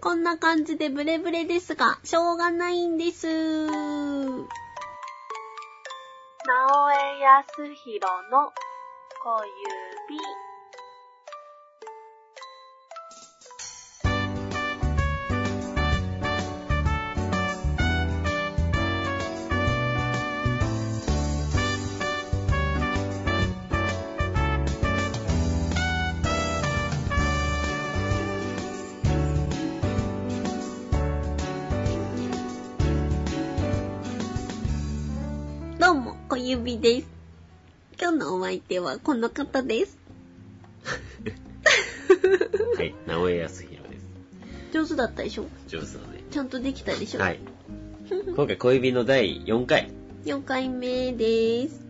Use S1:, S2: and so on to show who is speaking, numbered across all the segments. S1: こんな感じでブレブレですが、しょうがないんです。
S2: 江
S1: 直
S2: 康弘の小指。
S1: どうも、小指です。今日のお相手はこの方です。
S3: はい、直江康弘です。
S1: 上手だったでしょ
S3: 上手だね。
S1: ちゃんとできたでしょ
S3: はい。今回小指の第4回、
S1: 4回目です。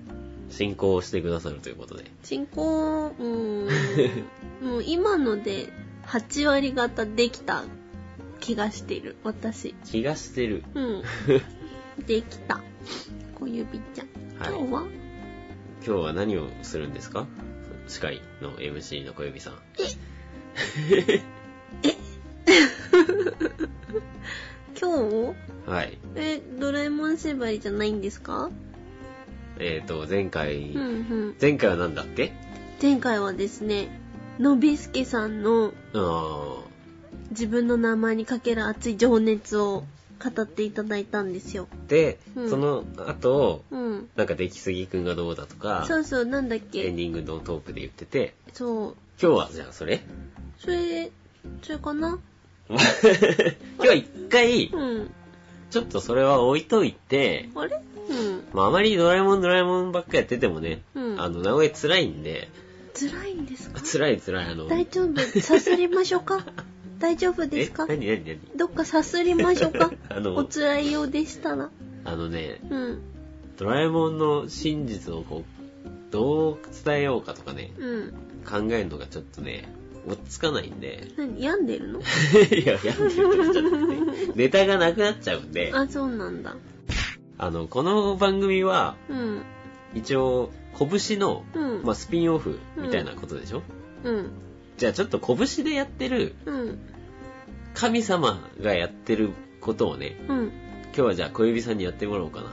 S3: 進行をしてくださるということで。
S1: 進行、う ーん。もう今ので8割方できた気がしてる、私。
S3: 気がしてる。
S1: うん。できた。小指ちゃん。今
S3: はい
S1: 日は、
S3: 今日は何をするんですか司会の MC の小指さん。
S1: 今日
S3: はい。
S1: え、ドラえもん縛りじゃないんですか
S3: えーと、前回、
S1: うんうん。
S3: 前回は何だっけ
S1: 前回はですね、のびすけさんの
S3: あ
S1: 自分の名前にかける熱い情熱を語っていただいたんですよ。
S3: ー。で、
S1: うん
S3: その後、
S1: うん。
S3: なんか出来すぎくんがどうだとか、
S1: そうそう、なんだっ
S3: エン
S1: け
S3: ディングのトークで言ってて、
S1: そう。
S3: 今日はじゃあそれ
S1: それ、それかな
S3: 今日は一回、
S1: うん。
S3: ちょっとそれは置いといて、
S1: あれうん。
S3: まあ、あまりドラえもんドラえもんばっかやっててもね、
S1: うん
S3: あの、名古屋辛いんで、
S1: 辛いんですか
S3: 辛い辛い、あの、
S1: 大丈夫さすりましょうか大丈夫ですか
S3: え何何何
S1: どっかさすりましょうか
S3: あの
S1: お辛いようでしたら。
S3: あのね、
S1: うん。
S3: ドラえもんの真実をこう、どう伝えようかとかね、
S1: うん。
S3: 考えるのがちょっとね、落ち着かない んで、
S1: 何病んでるの
S3: いや、やんでるとちょっとね、 ネタがなくなっちゃうんで、
S1: あ、そうなんだ。
S3: あの、この番組は、
S1: うん。
S3: 一応、拳の、
S1: うん。
S3: まあ、スピンオフみたいなことでしょ、
S1: うん。
S3: じゃあちょっと拳でやってる、
S1: うん。
S3: 神様がやってることをね、
S1: うん。
S3: 今日はじゃあ小指さんにやってもらおうかな。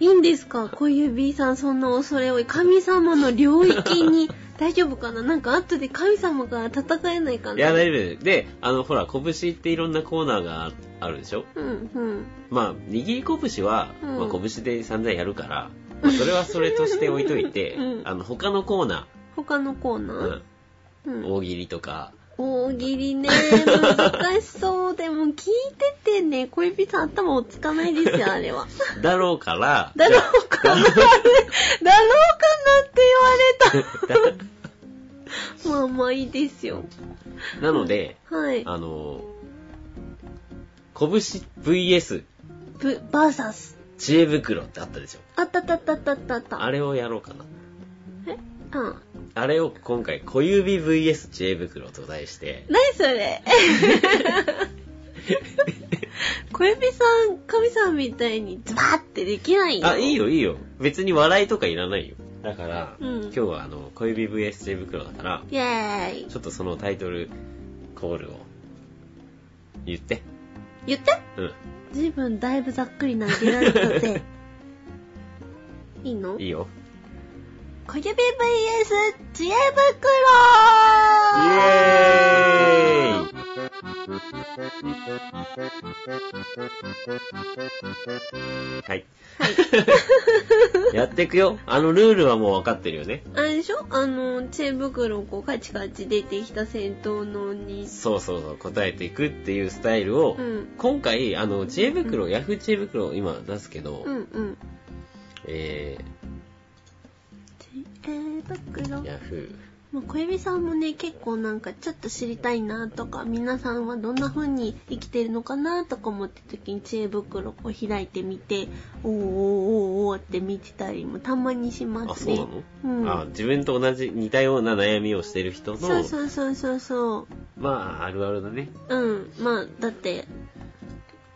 S1: いいんですか小指さんそんな恐れ多い。神様の領域 に大丈夫かななんか後で神様が戦えないかない
S3: や、大丈夫で、あの、ほら、拳っていろんなコーナーがああるでしょ
S1: うん、うん。
S3: まあ、握り拳は、
S1: うん
S3: まあ、拳で散々やるから、まあそれはそれとして置いといて、
S1: うん
S3: あの、他のコーナ
S1: 他のコーナ
S3: ー、
S1: ー、うん
S3: うん、大喜利とか、
S1: 大喜利 ね、難しそう。でも聞いててね、小指さん頭落ち着かないですよ、あれは。
S3: だろうから、
S1: だろうかな、だろうかなって言われた。まあまあいいですよ。
S3: なので、
S1: はい。
S3: あの、拳 VS
S1: ぶ、バーサス。
S3: 知恵袋ってあったでしょ。
S1: あったったったったったった。
S3: あれをやろうかな。
S1: えうん。
S3: あれを今回、小指 VS 知恵袋と題して、
S1: 何それ 小指さん、神さんみたいにズバーってできないよ。
S3: あ、いい。よいいよ。別に笑いとかいらないよ。だから、
S1: うん
S3: 今日はあの、小指 VS 知恵袋だから、
S1: イェーイ。
S3: ちょっとそのタイトルコールを言って。
S1: 言って
S3: うん。
S1: 随分だいぶざっくり投げられたぜ。いいの
S3: いいよ。
S1: 小指 VS 知恵袋
S3: イエーイはい。 やってくよ。あのルールはもう分かってるよね。
S1: あれでしょあの、知恵袋をこうカチカチ出てきた戦闘のに。
S3: そうそうそう、答えていくっていうスタイルを、
S1: うん
S3: 今回、あの、知恵袋、ヤフー知恵袋を今出すけど、
S1: うんうん。
S3: え
S1: 知恵袋
S3: ー、。ヤフ
S1: もう小指さんもね結構なんかちょっと知りたいなとか皆さんはどんな風に生きてるのかなとか思って時に知恵袋を開いてみておーおーおーおーって見てたりもたまにし
S3: ー。あ、
S1: ます
S3: そ
S1: ね
S3: うなの、
S1: うん
S3: あ自分と同じ、似たような悩みをしてる人の、
S1: そうそうそうそうそ
S3: まあ、あるあるだね。
S1: ううんまあだって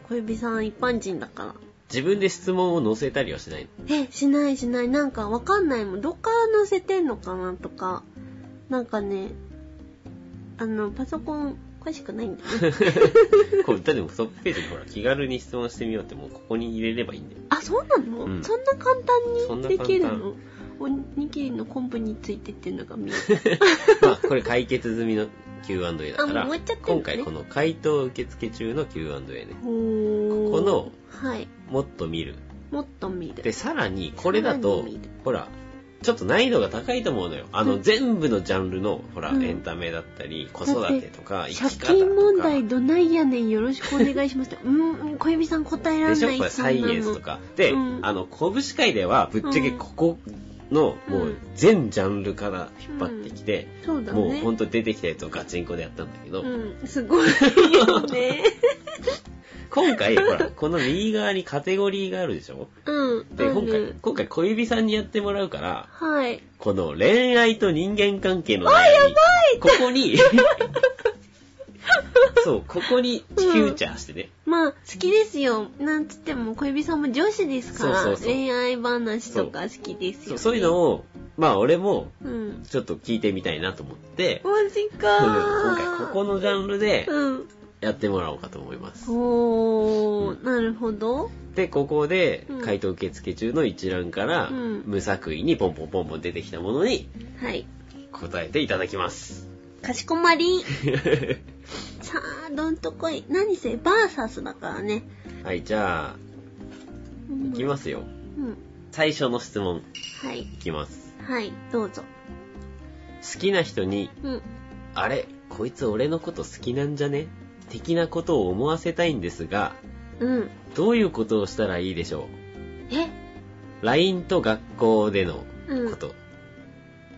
S1: 小指さん一般人だから
S3: 自分で質問を載せたりはしない
S1: えしないしないなんかわかんないもんどっから載せてんのかなとかなんかねあのパソコン小ぱしくないんだ ね。
S3: こう、だってもうトップページにほら、気軽に質問してみようって、もうここに入れればいいんだ よ。
S1: あ、そうなの、
S3: うん
S1: そんな簡
S3: そ
S1: 単
S3: ん
S1: に
S3: な
S1: で
S3: 簡単
S1: きるのおにぎりの昆布についてっていうのが見える。
S3: まあ、これ解決済みの Q&A だか
S1: あ
S3: ら
S1: もう終わっちゃってんのね、
S3: 今回この回答受付中の Q&A ね。
S1: ほー
S3: この、
S1: はい。
S3: もっと見る。
S1: もっと見る。
S3: で、さらに、これだと
S1: さらに見る、
S3: ほら、ちょっと難易度が高いと思うのよ。あの、
S1: うん
S3: 全部のジャンルの、ほら、
S1: うん
S3: エンタメだったり、子育てとか、生
S1: 借
S3: き方とか。
S1: 金問題どないやねんよろしくお願いし ますって。うんうん、小指さん答えら
S3: で
S1: れ
S3: しょ
S1: な
S3: これ
S1: い
S3: サイエンスと。か。で、
S1: うん
S3: あの、拳会では、ぶっちゃけ
S1: うん
S3: ここの、も
S1: う、
S3: うん全ジャンルから引っ張ってきて、
S1: そんなのそうだ
S3: もう
S1: ね。
S3: ほんと出てきたやつをガチンコでやったんだけど、
S1: うん、すごいよ ね。
S3: 今回、ほら、この右側にカテゴリーがあるでしょ
S1: うん。
S3: で、
S1: あ
S3: 今回
S1: る、
S3: 今回小指さんにやってもらうから、
S1: はい。
S3: この恋愛と人間関係の悩みこ こに、そう、ここにフューチャーしてね。
S1: まあ、好きですよ。なんつっても、小指さんも女子ですから、
S3: そうそうそう
S1: 恋愛話とか好きですよ、
S3: そ
S1: ね
S3: うそういうのを、まあ俺も、
S1: うん。
S3: ちょっと聞いてみたいなと思って、
S1: マジか
S3: そうね
S1: ー。
S3: 今回ここのジャンルで
S1: うん。
S3: やってもらおうかと思います。
S1: おー、なるほど。
S3: で、ここで
S1: うん
S3: 回答受付中の一覧から、
S1: うん
S3: 無作為にポンポンポンポン出てきたものに
S1: はい。
S3: 答えていただきます。
S1: かしこま り。さあ、どんとこい。何せ、バーサスだからね。
S3: はい、じゃあ、いき
S1: す。
S3: ますよ。
S1: うん。
S3: 最初の質問
S1: はい。
S3: いきます。
S1: はい、どうぞ。
S3: 好きな人に、
S1: うん。
S3: あれ、こいつ俺のこと好きなんじゃね的なことを思わせたいんですが、
S1: うん。
S3: どういうことをしたらいいでしょ
S1: え
S3: う ?LINE と学校での
S1: う
S3: こ
S1: ん。
S3: と。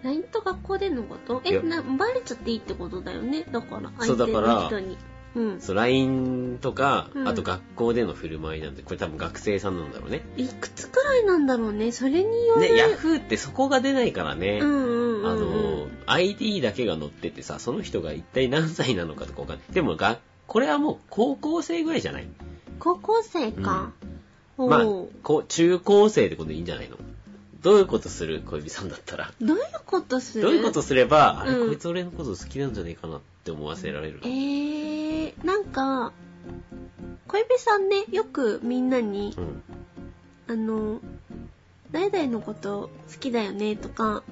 S1: LINE と学校でのこと
S3: い
S1: え、
S3: や
S1: な、バレちゃっていいってことだよね。だから、
S3: そう
S1: 相手
S3: だから
S1: の人に。うん。
S3: そう、LINE とか、
S1: うん
S3: あと学校での振る舞いなんて、これ多分学生さんなんだろうね。
S1: いくつくらいなんだろうね。それによる。
S3: ね、ヤフーってそこが出ないからね。
S1: うんうんうんうん。
S3: あの、ID だけが載っててさ、その人が一体何歳なのかとかわかんない。でもが、これはもう高校生ぐらいじゃない
S1: 高校生か。お
S3: まあ
S1: おう、
S3: こう中高生ってことでいいんじゃないのどういうことする小指さんだったら。
S1: どういうことする
S3: どういうことすれば、あれ、
S1: うん
S3: こいつ俺のこと好きなんじゃねえかなって思わせられる
S1: え。ー、なんか、小指さんね、よくみんなに
S3: う、ん。
S1: あの、誰々のこと好きだよねとか、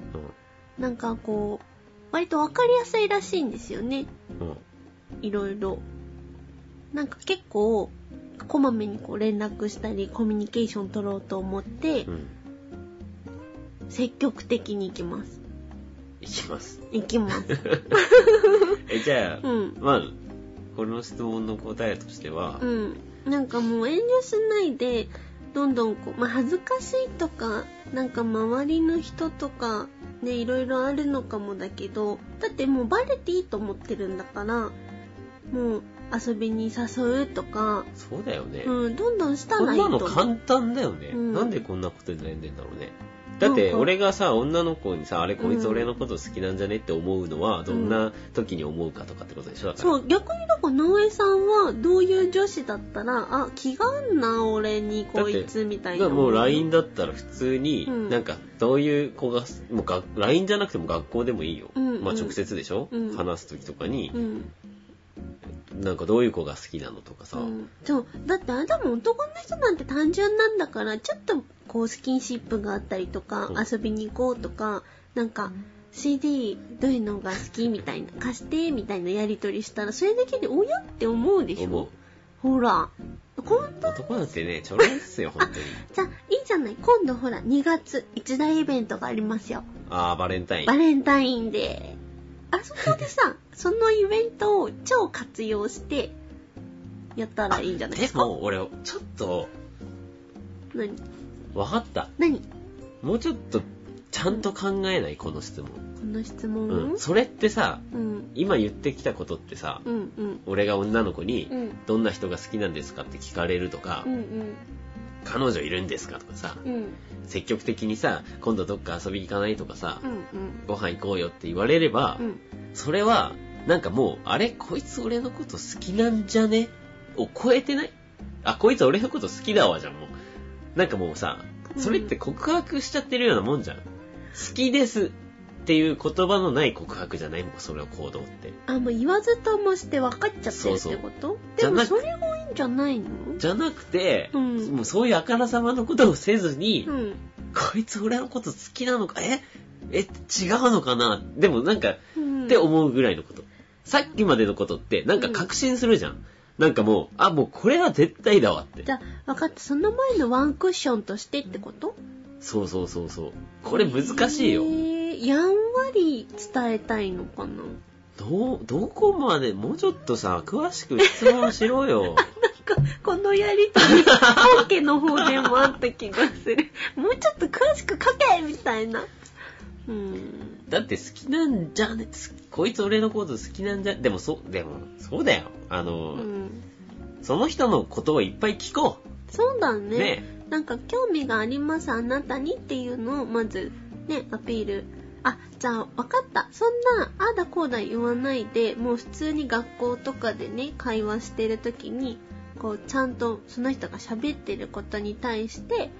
S1: なんかこう、割とわかりやすいらしいんですよね。
S3: うん。うん。
S1: いろいろ。なんか結構、こまめにこう連絡したり、コミュニケーション取ろうと思って
S3: う、ん。
S1: 積極的に行きます。
S3: いきます。
S1: 行きます。
S3: え、じゃ あ、
S1: うん。
S3: まあ、この質問の答えとしては
S1: う、ん。なんかもう遠慮しないで、どんどんこう、まあ恥ずかしいとか、なんか周りの人とか、ね、いろいろあるのかもだけど、だってもうバレていいと思ってるんだから、もう遊びに誘うとか、
S3: そうだよね。
S1: うん、どんどんした
S3: こ
S1: ら
S3: ん
S1: いいと
S3: な
S1: 思う。
S3: の簡単だよね。
S1: うん
S3: なんでこんなことに悩んでんだろうね。だって、
S1: なんか
S3: 俺がさ、女の子にさ、あれ、こいつ
S1: うん
S3: 俺のこと好きなんじゃねって思うのは、どんな時に思うかとかってことでしょだから。
S1: そう、逆にだから、直江さんは、どういう女子だったら、あ、気があんな、俺に、こいつ、みたい
S3: だ
S1: な。
S3: からもう LINE だったら普通に、
S1: うん
S3: なんかどういう子が、もうが LINE じゃなくても学校でもいいよ。
S1: うんうん
S3: まあ直接でしょ、
S1: うん
S3: 話す時とかに
S1: う、ん。
S3: なんかどういう子が好きなのとかさ。
S1: うんそう。だって、あれだもん、男の人なんて単純なんだから、ちょっと、こう、スキンシップがあったりとか
S3: うん、
S1: 遊びに行こうとか、なんか、CD、どういうのが好きみたいな、貸して、みたいなやりとりしたら、それだけで、おやって思うでし
S3: 思
S1: ょ
S3: う。
S1: ほら。こん
S3: 男なんてね、ちょろいっすよ、本 当に。
S1: じゃあ、いいじゃない。今度、ほら、2月、一大イベントがありますよ。
S3: あー、バレンタイン。
S1: バレンタインデー。あそこでさ、そのイベントを超活用して、やったらいいんじゃないで
S3: です
S1: か
S3: も、俺、ちょっと、
S1: 何
S3: わかった。
S1: 何こ
S3: もうちょっと、ちゃんと考えない、この質問。
S1: の質
S3: う
S1: 問
S3: ん。それってさ、
S1: うん。
S3: 今言ってきたことってさ、
S1: うんうん。
S3: 俺が女の子に
S1: う、ん。
S3: どんな人が好きなんですかって聞かれるとか、
S1: うんうん。
S3: 彼女いるんですかとかさ、
S1: うんうん。
S3: 積極的にさ、今度どっか遊び行かないとかさ、
S1: うん
S3: ご飯行こうよって言われれば、
S1: うん。うん。
S3: それは、なんかもう、あれ、こいつ俺のこと好きなんじゃねを超えてないあ、こいつ俺のこと好きだわ、じゃん、もう。なんかもうさ、それって告白しちゃってるようなもんじゃん。好きですっっていう言葉のない告白じゃないもうそれは行動って。
S1: あ、もう言わずともして分かっちゃってるってこと
S3: じゃ
S1: でも
S3: なく
S1: それがいいんじゃないの
S3: じゃなくて、
S1: うん
S3: もうそういうあからさまのことをせずに、
S1: うん。
S3: こいつ俺のこと好きなのか、ええ、違うのかなでもなんか、
S1: うん、
S3: って思うぐらいのこと。さっきまでのことって、なんか確信するじゃん。なんかもう、あ、もうこれは絶対だわって
S1: じ。ゃあ、分かった。その前のワンクッションとしてってこと
S3: そうそうそうそう。これ難しいよ
S1: え。ー、やんわり伝えたいのかな
S3: どう、どこまで、もうちょっとさ、詳しく質問しろ よ。
S1: なんか、このやりとり、本家の方でもあった気がする。もうちょっと詳しく書けみたいな。うん。
S3: だって好きなんじゃね、すこいつ俺のこと好きなんじゃ、でもそう、でも、そうだよ。あ
S1: う
S3: の、
S1: ん。
S3: その人のことをいっぱい聞こ
S1: そうだ
S3: う。ね
S1: なんか興味がありますあなたにっていうのをまずねアピールあじゃあ分かったそんなああだこうだ言わないでもう普通に学校とかでね会話してる時にこうちゃんとその人が喋ってることに対して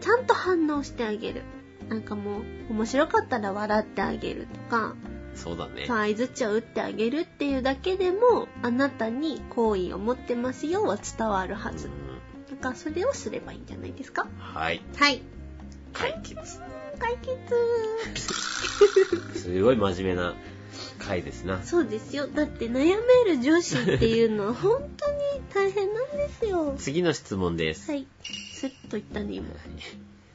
S1: ちゃんと反応してあげるなんかもう面白かったら笑ってあげるとか
S3: そうだね。
S1: さあ相づちを打ってあげるっていうだけでもあなたに好意を持ってますよは伝わるはず
S3: うん
S1: なんかそれをすればいいんじゃないですか
S3: はい。
S1: はい。
S3: 解決。
S1: 解決
S3: すごい真面目な回ですな。
S1: そうですよ。だって悩める女子っていう のは本当に大変なんですよ。
S3: 次の質問です。
S1: はい。スッと言ったね、今。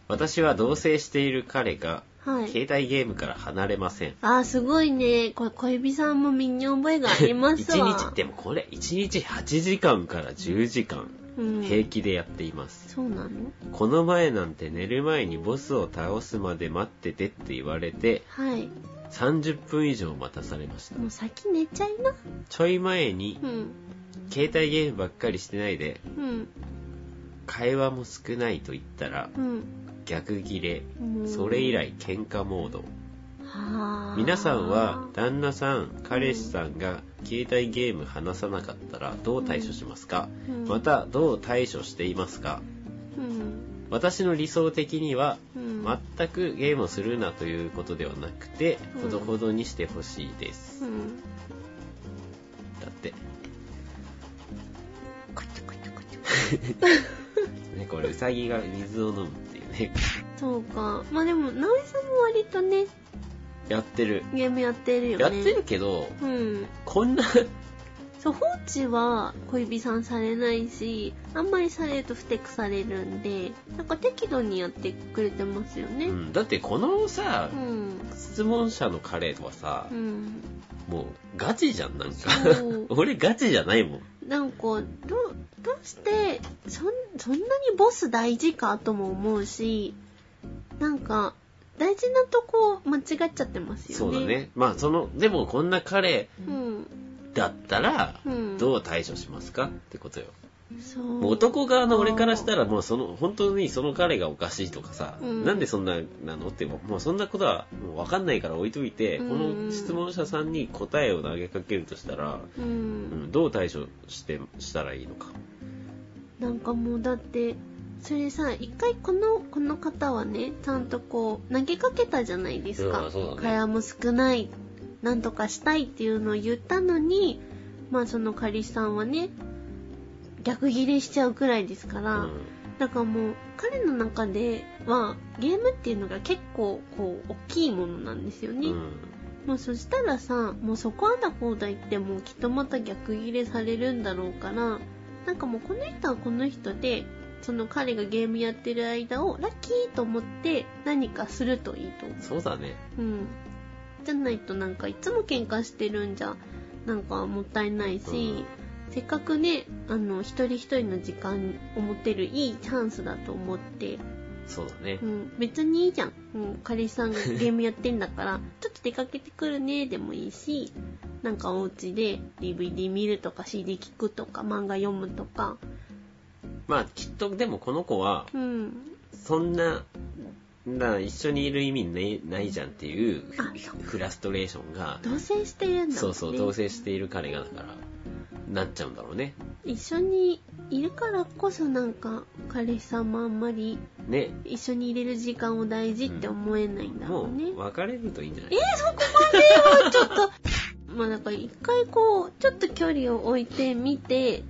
S3: 私は同棲している彼が、
S1: はい。
S3: 携帯ゲームから離れません。
S1: あー、すごいね。これ、小指さんも身に覚えがあります
S3: 1
S1: わ。
S3: 日、でもこれ、1日8時間から10時間、
S1: うん、
S3: 平気でやっています。
S1: そうなの
S3: この前なんて寝る前にボスを倒すまで待っててって言われて、
S1: はい。
S3: 30分以上待たされました。
S1: もう先寝ちゃいな。
S3: ちょい前に
S1: う、ん。
S3: 携帯ゲームばっかりしてないで、
S1: うん。
S3: 会話も少ないと言ったら、
S1: うん。
S3: 逆ギレ。
S1: もう
S3: それ以。来喧嘩モード。
S1: はー
S3: 皆さんは、旦那さん、彼氏さんが携帯ゲーム話さなかったらどう対処しますか
S1: うん
S3: ま、た、どう対処していますか
S1: うん。
S3: 私の理想的には、
S1: うん。
S3: 全くゲームをするなということではなくて、
S1: うん
S3: ほどほどにしてほしいです。
S1: うん。
S3: だって。
S1: こちょこちょこちょ。
S3: ね、これ、うさぎが水を飲むっていうね。
S1: そうか。まあでも、直江さんも割とね、
S3: やってる。
S1: ゲームやってるよね。
S3: やってるけど、
S1: うん。
S3: こんな、
S1: そう、放置は小指さんされないし、あんまりされると不適されるんで、なんか適度にやってくれてますよ
S3: う
S1: ね。
S3: ん、だってこのさ
S1: う、ん。
S3: 質問者の彼はさ
S1: う、ん。
S3: もうガチじゃん、なんか
S1: そう。
S3: 俺ガチじゃないもん。
S1: なんか、どう、どうして、そん、そんなにボス大事かとも思うし、なんか、大事なとこ間違っちゃってますよ
S3: そ
S1: ね。
S3: うだ。ね。まあ、その、でもこんな彼
S1: うん。
S3: だったら
S1: う、ん。
S3: どう対処しますかってことよ。
S1: そう。
S3: もう男側の俺からしたら、もうその、本当にその彼がおかしいとかさ、
S1: うん
S3: なんでそんななのっても、もうそんなことはもうわかんないから置いといて、
S1: うん
S3: この質問者さんに答えを投げかけるとしたら、
S1: う。
S3: うんん、どう対処して、したらいいのか。
S1: なんかもうだってそれさ一回このこの方はねちゃんとこう投げかけたじゃないです
S3: う
S1: か
S3: んそうだね
S1: 会話も少ないなんとかしたいっていうのを言ったのにまあその彼氏さんはね逆ギレしちゃうくらいですか
S3: う
S1: ら、
S3: ん。
S1: だからもう彼の中ではゲームっていうのが結構こう大きいものなんですよね、
S3: うん
S1: もうそしたらさもうそこあだこうだ言ってもきっとまた逆ギレされるんだろうからなんかもうこの人はこの人でその彼がゲームやってる間をラッキーと思って何かするといいと思
S3: そうだね。
S1: ううんじゃないとなんかいつも喧嘩してるんじゃなんかもったいないし、せっかくねあの一人一人の時間を持てるいいチャンスだと思って
S3: そうだね
S1: う。ん、別にいいじゃん。うん、彼氏さん がゲームやってんだから、ちょっと出かけてくるねでもいいし、なんかお家で DVD 見るとか CD 聞くとか漫画読むとか、
S3: まあ、きっと、でもこの子は、
S1: うん。
S3: そんな、な一緒にいる意味ねないじゃんっていう
S1: あそう
S3: フラストレーションが、
S1: 同棲してるんだもんね。
S3: そうそう、同棲している彼がだから、なっちゃうんだろうね。
S1: 一緒にいるからこそなんか彼氏さんもあんまり
S3: ね。
S1: 一緒にいれる時間を大事って思えないんだろ
S3: も
S1: うね、
S3: う、別れるといいんじゃない
S1: えー、そこまでよ、ちょっと。まあなんか一回こう、ちょっと距離を置いてみて、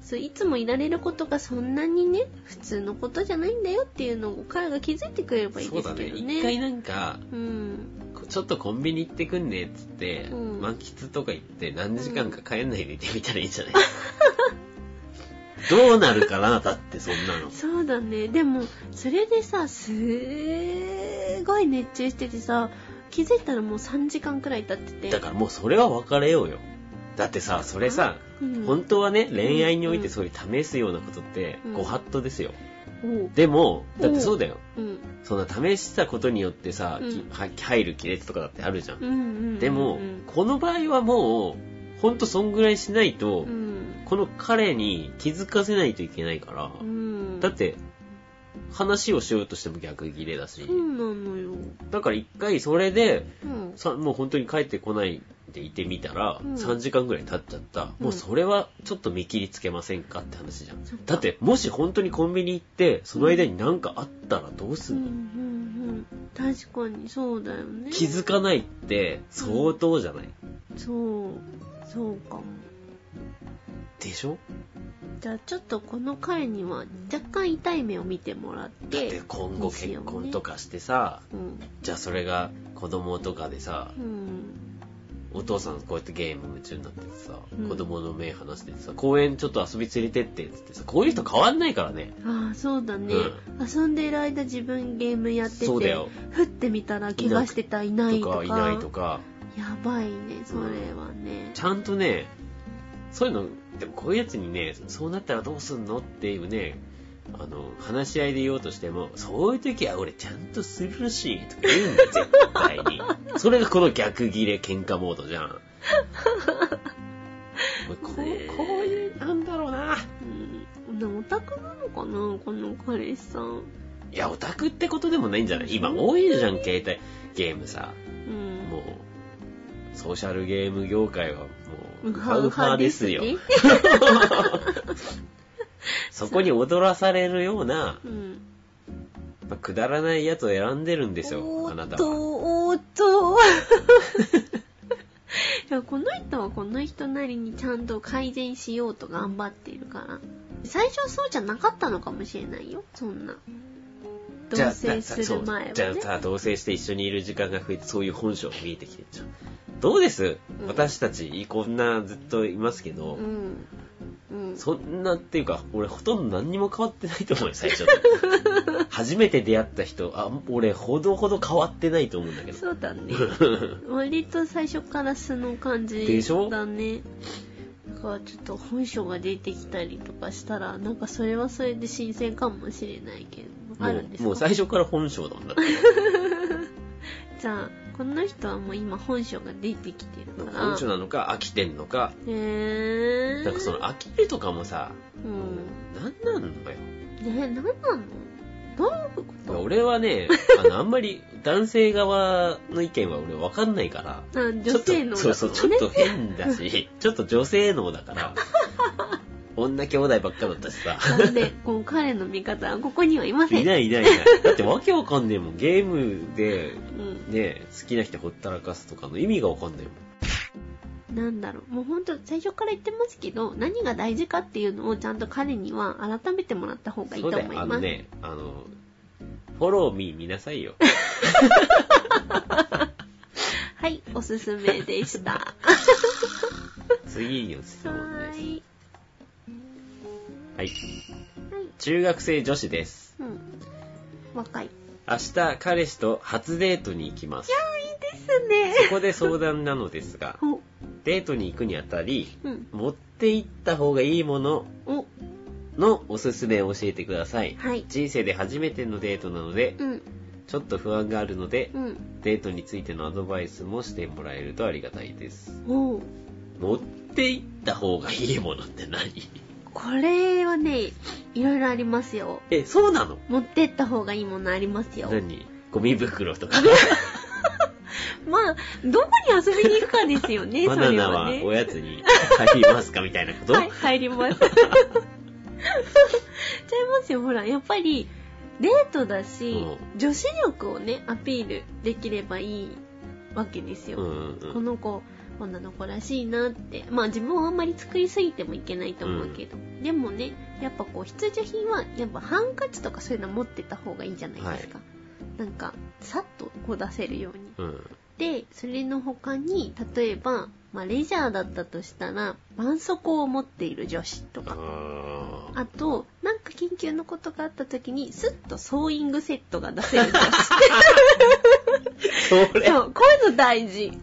S1: そう、いつもいられることがそんなにね、普通のことじゃないんだよっていうのを彼が気づいてくれればいい
S3: そ
S1: で
S3: う
S1: す
S3: だね。
S1: けどね。
S3: 一回なんか、
S1: うん。
S3: ちょっとコンビニ行ってくんねっつって、
S1: うん
S3: 満喫とか行って何時間か帰んないで行ってみたらいいんじゃない、どうなるかなだってそん なの。
S1: そうだね。でも、それでさ、すーごい熱中しててさ、気づいたらもう3時間くらい経ってて。
S3: だからもうそれは別れようよ。だってさ、それさ、
S1: うん、
S3: 本当はね、恋愛におい
S1: う
S3: て
S1: ん
S3: そういう試すようなことって
S1: うん、
S3: ご法度ですよ。
S1: おう
S3: でも、だってそうだよ。
S1: うん。
S3: そんな試したことによってさ、
S1: うん
S3: きは入る亀裂とかだってあるじゃん。
S1: うんうんうんうん。
S3: でも
S1: う、ん
S3: この場合はもう、ほんとそんぐらいしないと、
S1: うん。
S3: この彼に気づかせないといけないから、
S1: うん。
S3: だって、話をしようとしても逆切れだし
S1: そ、うなのよ。
S3: だから一回それで、
S1: うん。
S3: さもう本当に帰ってこないでいてみたら、
S1: うん
S3: 3時間ぐらい経っちゃった、
S1: うん
S3: もうそれはちょっと見切りつけませんかって話じゃん。
S1: そっか
S3: だって、もし本当にコンビニ行って、その間に何かあったらどうす
S1: うんんう
S3: の、
S1: んうん、確かにそうだよね
S3: 気づかないって相当じゃない、
S1: そうそうかも
S3: でしょ
S1: じゃあちょっとこの回には若干痛い目を見てもらっ
S3: だってて今後結婚とかしてさ、
S1: うん
S3: じゃあそれが子供とかでさ、
S1: うん
S3: お父さんこうやってゲーム夢中になっててさ、
S1: うん
S3: 子供の目離しててさ、公園ちょっと遊び連れてってってってさ、こういう人変わんないからね。
S1: ああそうだね、
S3: う
S1: 遊んでいる間自分ゲームやってて
S3: そうだよ。
S1: 降ってみたら怪我してたいない
S3: と
S1: とか
S3: かいないとか、
S1: やばいねそれはね、
S3: ちゃんとね、そういうの、でもこういうやつにね、そうなったらどうすんのっていうね、あの、話し合いで言おうとしても、そういう時は俺ちゃんとするし、とか言うんだよ、絶対に。それがこの逆ギレ喧嘩モードじゃん。こう
S1: ね
S3: こういう、なんだろうな。
S1: うんでもオタクなのかなこの彼氏さん
S3: いや、オタクってことでもないんじゃない今多いじゃん、携帯。ゲームさ。
S1: うん
S3: もう、ソーシャルゲーム業界はもう、
S1: ウハウハです
S3: ウ
S1: よ
S3: ハウハですよ。そこに踊らされるような、
S1: うん
S3: まあくだらないやつを選んでるんですよ、
S1: お
S3: あ
S1: ー
S3: な
S1: ったと
S3: は。
S1: おーっと いやこの人はこの人なりにちゃんと改善しようと頑張っているから最初はそうじゃなかったのかもしれないよそんな同
S3: じゃあ
S1: 棲する前はね
S3: じゃあさ、同棲して一緒にいる時間が増えて、そういう本性が見えてきてるじゃん。どうです、
S1: うん
S3: 私たち、こんなずっといますけど、
S1: うんうん
S3: そんなっていうか、俺ほとんど何にも変わってないと思う よ、最初と。初めて出会った人、あ、俺ほどほど変わってないと思うんだけど。
S1: そうだ ね割と最初から素の感じ
S3: でしょ
S1: だねだからちょっと本性が出てきたりとかしたらなんかそれはそれで新鮮かもしれないけどあるんですか
S3: もうもう最初から本性だもんだって。
S1: じゃあこの人はもう今本性が出てきてるから
S3: 本性なのか、飽きてんのか、
S1: へえー、
S3: なんかその飽きるとかもさ、
S1: うん
S3: なんなんのよ。
S1: ね何なのどういうこと
S3: 俺 はね、あの、あんまり男性側の意見は俺わかんないから、
S1: あ女性の
S3: ちょっと、そうそう、ちょっと変だ し、ちょっと女性能だから、女兄弟ばっかだったし さ。
S1: なのでこう彼の味方はここにはいません
S3: いないいないいない。だってわけわかんねえもん。ゲームで、
S1: うん、
S3: ね、好きな人ほったらかすとかの意味がわかんないもん。
S1: なんだろうもうほんと最初から言ってますけど何が大事かっていうのをちゃんと彼には改めてもらった方がいいと
S3: そう
S1: 思
S3: だ
S1: い
S3: よ、
S1: ま
S3: あ
S1: す
S3: のね、あの、フォローミー見なさいよ。
S1: はいおすすめで した
S3: 次の質
S1: は
S3: 問です。
S1: ーい
S3: はい。中学生女子です。
S1: うん若いいい
S3: 明日、彼氏と初デートに行きます。
S1: ですね
S3: ここで相談なのですが、
S1: お
S3: デートに行くにあたり、
S1: うん
S3: 持って行った方がいいもの
S1: お
S3: のおすすめを教えてください。
S1: はい
S3: 人生で初めてのデートなので、
S1: うん
S3: ちょっと不安があるので
S1: う、ん
S3: デートについてのアドバイスもしてもらえるとありがたいです。
S1: おう
S3: 持って行った方がいいものって何
S1: これはねいろいろありますよ
S3: え、そうなの
S1: 持ってった方がいいものありますよ
S3: 何ゴミ袋とか。
S1: まあ、どこに遊びに行くかですよね、
S3: バ
S1: そ
S3: ナ
S1: れ
S3: ナ
S1: は
S3: は
S1: ね。
S3: おやつに入りますかみたいなこと、
S1: はい、入り ます。ちゃいますよ、ほら、やっぱり、デートだし、女子力をね、アピールできればいいわけです
S3: うん
S1: よ。
S3: うんうん
S1: この子、女の子らしいなって。まあ自分をあんまり作りすぎてもいけないと思うけど。でもね、やっぱこう、必需品は、やっぱハンカチとかそういうの持ってた方がいいじゃないですか。なんか、さっとこう出せるように。
S3: うん
S1: でそれの他に例えば、まあ、レジャーだったとしたら絆創膏を持っている女子とか
S3: あー
S1: あとなんか緊急のことがあった時にスッとソーイングセットが出せる女子
S3: それ
S1: そうこういうの大事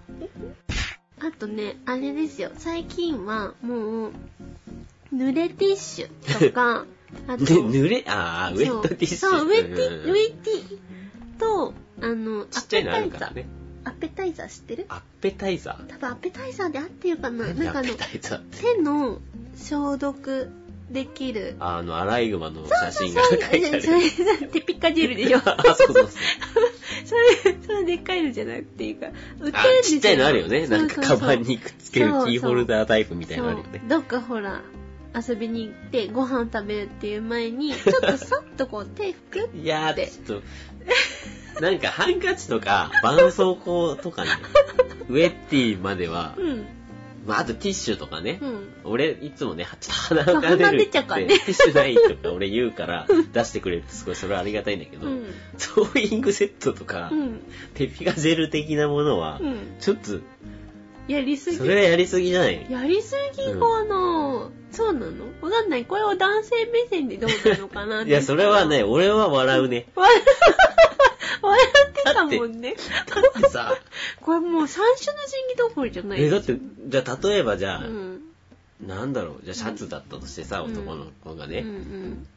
S1: あとねあれですよ最近はもう濡れティッシュとかあと
S3: ぬ濡れああウェットティッシュ
S1: そうそうウェッティ
S3: うん
S1: ウェッティとあの
S3: ちっちゃいのあるからね
S1: アペタイザーアペタイザー知ってる
S3: アッペタイザー
S1: 多分アペタイザーで合ってるかななんか
S3: ア
S1: あ
S3: ッ
S1: の
S3: ペタイザーって
S1: 手の消毒できる。
S3: あのアライグマの写真が書いてある
S1: それそれテピカジェルでしょ そ
S3: あそうそうそう
S1: れ、それでっかいのじゃなくていいから。売ってるん
S3: あ
S1: です
S3: ちっちゃいのあるよねなんかカバン
S1: み
S3: にくっつける
S1: そうそう
S3: キーホルダータイプみたいなのあるよね
S1: どっかほら、遊びに行ってご飯食べるっていう前 に、ちょっとさっとこう手拭く
S3: いや
S1: って
S3: ー、ちょっと、なんかハンカチとか、絆創膏と かね、ウェッティまでは
S1: う、ん。
S3: まあ、あとティッシュとかね
S1: う、ん。
S3: 俺、いつもね、ちょっと鼻が出る
S1: 鼻出
S3: っ
S1: ちゃ
S3: て、
S1: うからね
S3: ティッシュないとか俺言うから、出してくれるってすごい、それはありがたいんだけど
S1: う、ん。
S3: ソーイングセットとか
S1: う、ん。
S3: テピカジェル的なものは
S1: う、ん。
S3: ちょっと、
S1: やりすぎ
S3: それはやりすぎじゃない
S1: やりすぎかな、そうなのわかんない。これは男性目線でどうなのかなって
S3: いや、それはね、俺は笑うね。
S1: 笑笑ってたもんね。
S3: だってさ、
S1: これもう最初の神器どころじゃない
S3: え、だって、じゃあ、例えばじゃあ
S1: う、ん。
S3: なんだろう、じゃあシャツだったとしてさ、
S1: うん
S3: 男の子が
S1: うんう
S3: ね、
S1: ん。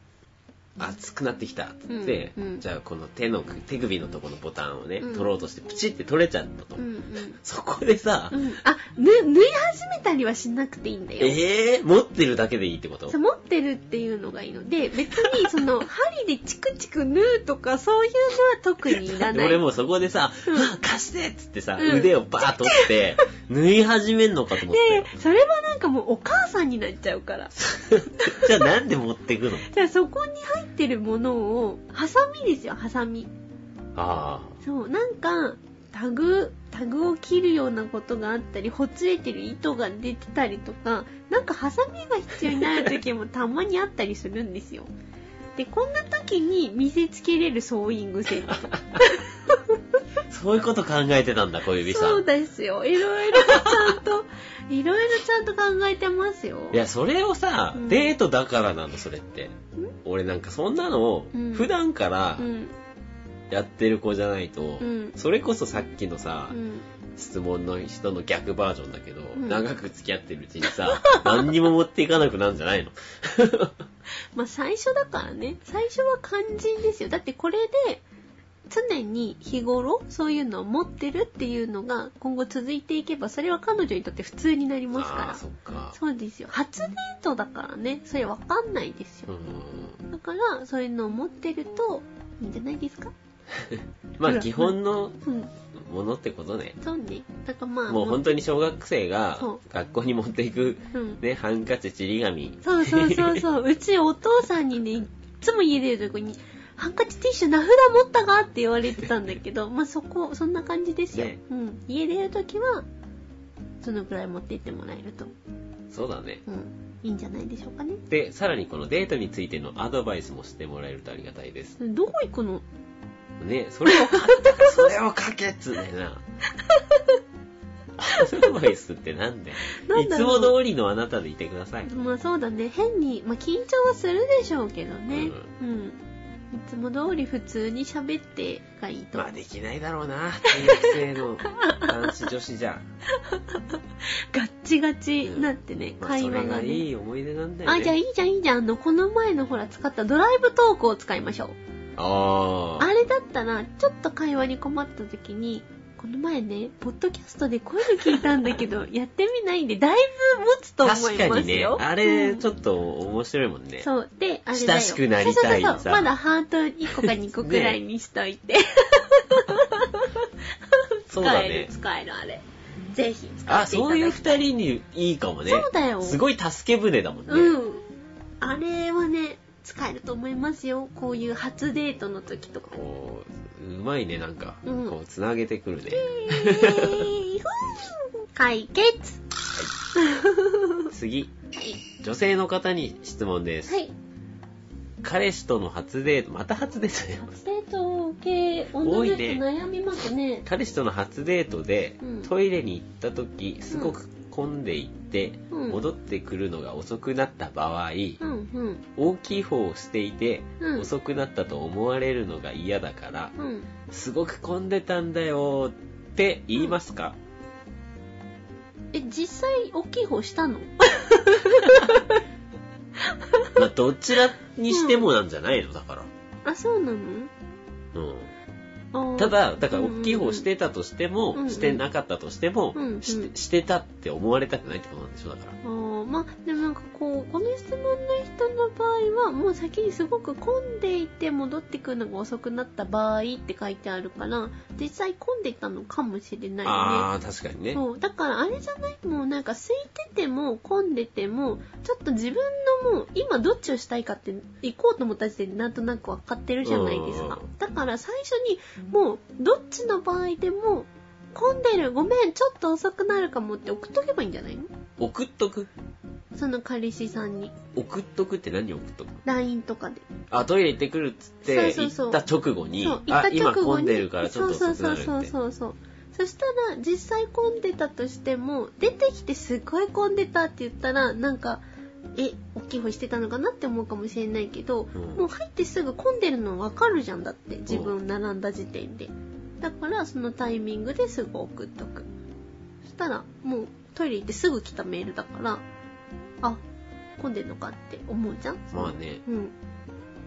S3: 熱くなってきたって言って、
S1: うんうん
S3: じゃあこの手の、手首のとこのボタンをね、
S1: うん
S3: 取ろうとして、プチって取れちゃったと。
S1: うんうん。
S3: そこでさ、
S1: うん、あ、ぬ、縫い始めたりはしなくていいんだよ。
S3: えぇ、持ってるだけでいいってこと
S1: そう持ってるっていうのがいいので、別にそ の、針でチクチク縫うとか、そういうのは特にいらない。
S3: 俺もうそこでさ、
S1: うん
S3: はぁ貸してっつってさ、
S1: うん
S3: 腕をバーッと折 って、縫い始めんのかと思っ
S1: いや
S3: た
S1: い
S3: よ
S1: や。、それはなんかもうお母さんになっちゃうから。
S3: じゃあなんで持ってく の
S1: じゃあそこに入ってるものを、ハサミですよ、ハサミ。
S3: あ
S1: そう、なんか、タグ、タグを切るようなことがあったり、ほつれてる糸が出てたりとか、なんかハサミが必要になる時もたまにあったりするんですよ。で、こんな時に見せつけれるソーイングセット。
S3: あ、そういうこと考えてたんだ、小指さ。
S1: そうんですよ。いろいろちゃんと、いろいろちゃんと考えてますよ。
S3: いや、それをさ、
S1: うん
S3: デートだからなの、それって。俺なんかそんなのを
S1: うん、
S3: 普段から
S1: うん、
S3: やってる子じゃないと、
S1: うん
S3: それこそさっきのさ、
S1: うん。
S3: 質問の人の逆バージョンだけど、
S1: ん
S3: 長く付き合ってるうちにさ、何にも持っていかなくなるんじゃないの
S1: まあ最初だからね。最初は肝心ですよ。だってこれで、常に日頃そういうのを持ってるっていうのが今後続いていけばそれは彼女にとって普通になりますか
S3: あ
S1: ら
S3: ーそっか。
S1: そうですよ初デートだからねそれわかんないです
S3: う
S1: よ
S3: ん。
S1: だからそういうのを持ってるといいんじゃないですかほ
S3: まあ
S1: ら
S3: 基本
S1: う
S3: の
S1: ん
S3: ものってことね。
S1: そうねだからまあ
S3: もう本当に小学生が
S1: そ
S3: 学校に持っていく、
S1: うん
S3: ね、ハンカチ、ちり紙。
S1: そうそうそう そう。うちお父さんにね、いっつも家出るとこに、ハンカチティッシュ名札持ったかって言われてたんだけど、まあそこ、 そんな感じですよ。
S3: ね
S1: うん。家出るときは、そのくらい持ってってもらえると、
S3: そうだね。
S1: うん、いいんじゃないでしょうかね。
S3: で、さらにこのデートについてのアドバイスもしてもらえるとありがたいです。
S1: どこ行くの
S3: ね、それ をか、それをかけっつうねんな。アドバイスってなんで
S1: なん
S3: い
S1: だ
S3: つ
S1: ろう
S3: も通りのあなたでいてください。
S1: まあそうだね、変に、まあ緊張はするでしょうけどね。うん。いつも通り普通に喋ってがいいと
S3: まあできないだろうな、中学生の男子女子じゃ。
S1: ガッチガチになってね、
S3: まあ
S1: 会
S3: そ
S1: 話
S3: れ
S1: が
S3: が
S1: ね
S3: い。い思い出なんだよね。
S1: あ、じゃあいいじゃんいいじゃん。あの、この前のほら使ったドライブトークを使いましょう。
S3: あ
S1: あれだったら、ちょっと会話に困った時に、この前ね、ポッドキャストでこういうの聞いたんだけ ど、やってみないんで、だいぶ持つと思います
S3: 確
S1: よ。
S3: かにね、あれ、ち
S1: ょっ
S3: ょっと面白いもんね。
S1: そう。で、あれだよ。
S3: 親しくなりたい
S1: そうそうそう
S3: さ
S1: まだハート1個か2個くらいにしといて。
S3: そうだ
S1: 使える、
S3: ね
S1: 使えるあれ。ぜひ使っていただきたい。
S3: あ、そういう二人にいいかもね。
S1: そうだよ
S3: すごい助け舟だもんね。
S1: うん。あれはね、使えると思いますよ。こういう初デートの時とか。
S3: こう、うまいね、なんか。
S1: うん
S3: こう、つなげてくるね。
S1: えーふー解決
S3: 次、
S1: はい。
S3: 女性の方に質問です。
S1: はい。
S3: 彼氏との初デート、また初デートだよ。
S1: 初デート系、
S3: 多
S1: 女の
S3: い
S1: 人
S3: ね
S1: 悩みますね。
S3: 彼氏との初デートで、
S1: うん
S3: トイレに行った時、すごく混んでいって、
S1: うん
S3: 戻ってくるのが遅くなった場合、
S1: うんうん。
S3: 大きい方をしていて、
S1: うん
S3: 遅くなったと思われるのが嫌だから、
S1: うん。
S3: すごく混んでたんだよって言いますか、
S1: え、実際、大きい方したの
S3: まあ、どちらにしてもなんじゃないのだから。
S1: あ、そうなの
S3: うん
S1: あー
S3: た、だ、だから
S1: うんうんうん
S3: 大きい方してたとしても、
S1: うんうん
S3: してなかったとしても、
S1: うんうん
S3: して、してたって思われたくないってことなんでしょ、だから。
S1: あーまあ、でもなんかこう、この質問の人の場合は、もう先にすごく混んでいて戻ってくるのが遅くなった場合って書いてあるから、実際混んでたのかもしれないよね。
S3: ああ、確かにね。
S1: そうだからあれじゃないもうなんか空いてても混んでてもちょっと自分のもう今どっちをしたいかって行こうと思った時点でなんとなく分かってるじゃないですか
S3: うん
S1: だから最初にもうどっちの場合でも混んでるごめんちょっと遅くなるかもって送っとけばいいんじゃないの
S3: 送っとく
S1: その彼氏さんに
S3: 送っとくって何送っとく
S1: LINE とかで
S3: あ、トイレ行ってくるっつって、
S1: そうそうそう
S3: 行った直後に、
S1: そう行っ
S3: あ
S1: た、
S3: 今
S1: 直後
S3: 混
S1: に
S3: んでるからちょっと遅くなるって。
S1: そうそうそうそうそうそしたら実際混んでたとしても出てきてすごい混んでたって言ったらなんかえ大きい方してたのかなって思うかもしれないけど、
S3: うん
S1: もう入ってすぐ混んでるの分かるじゃんだって自分並んだ時点で、だからそのタイミングですぐ送っとくそしたらもうトイレ行ってすぐ来たメールだからあ混んでるのかって思うじゃん
S3: まあね。
S1: うん。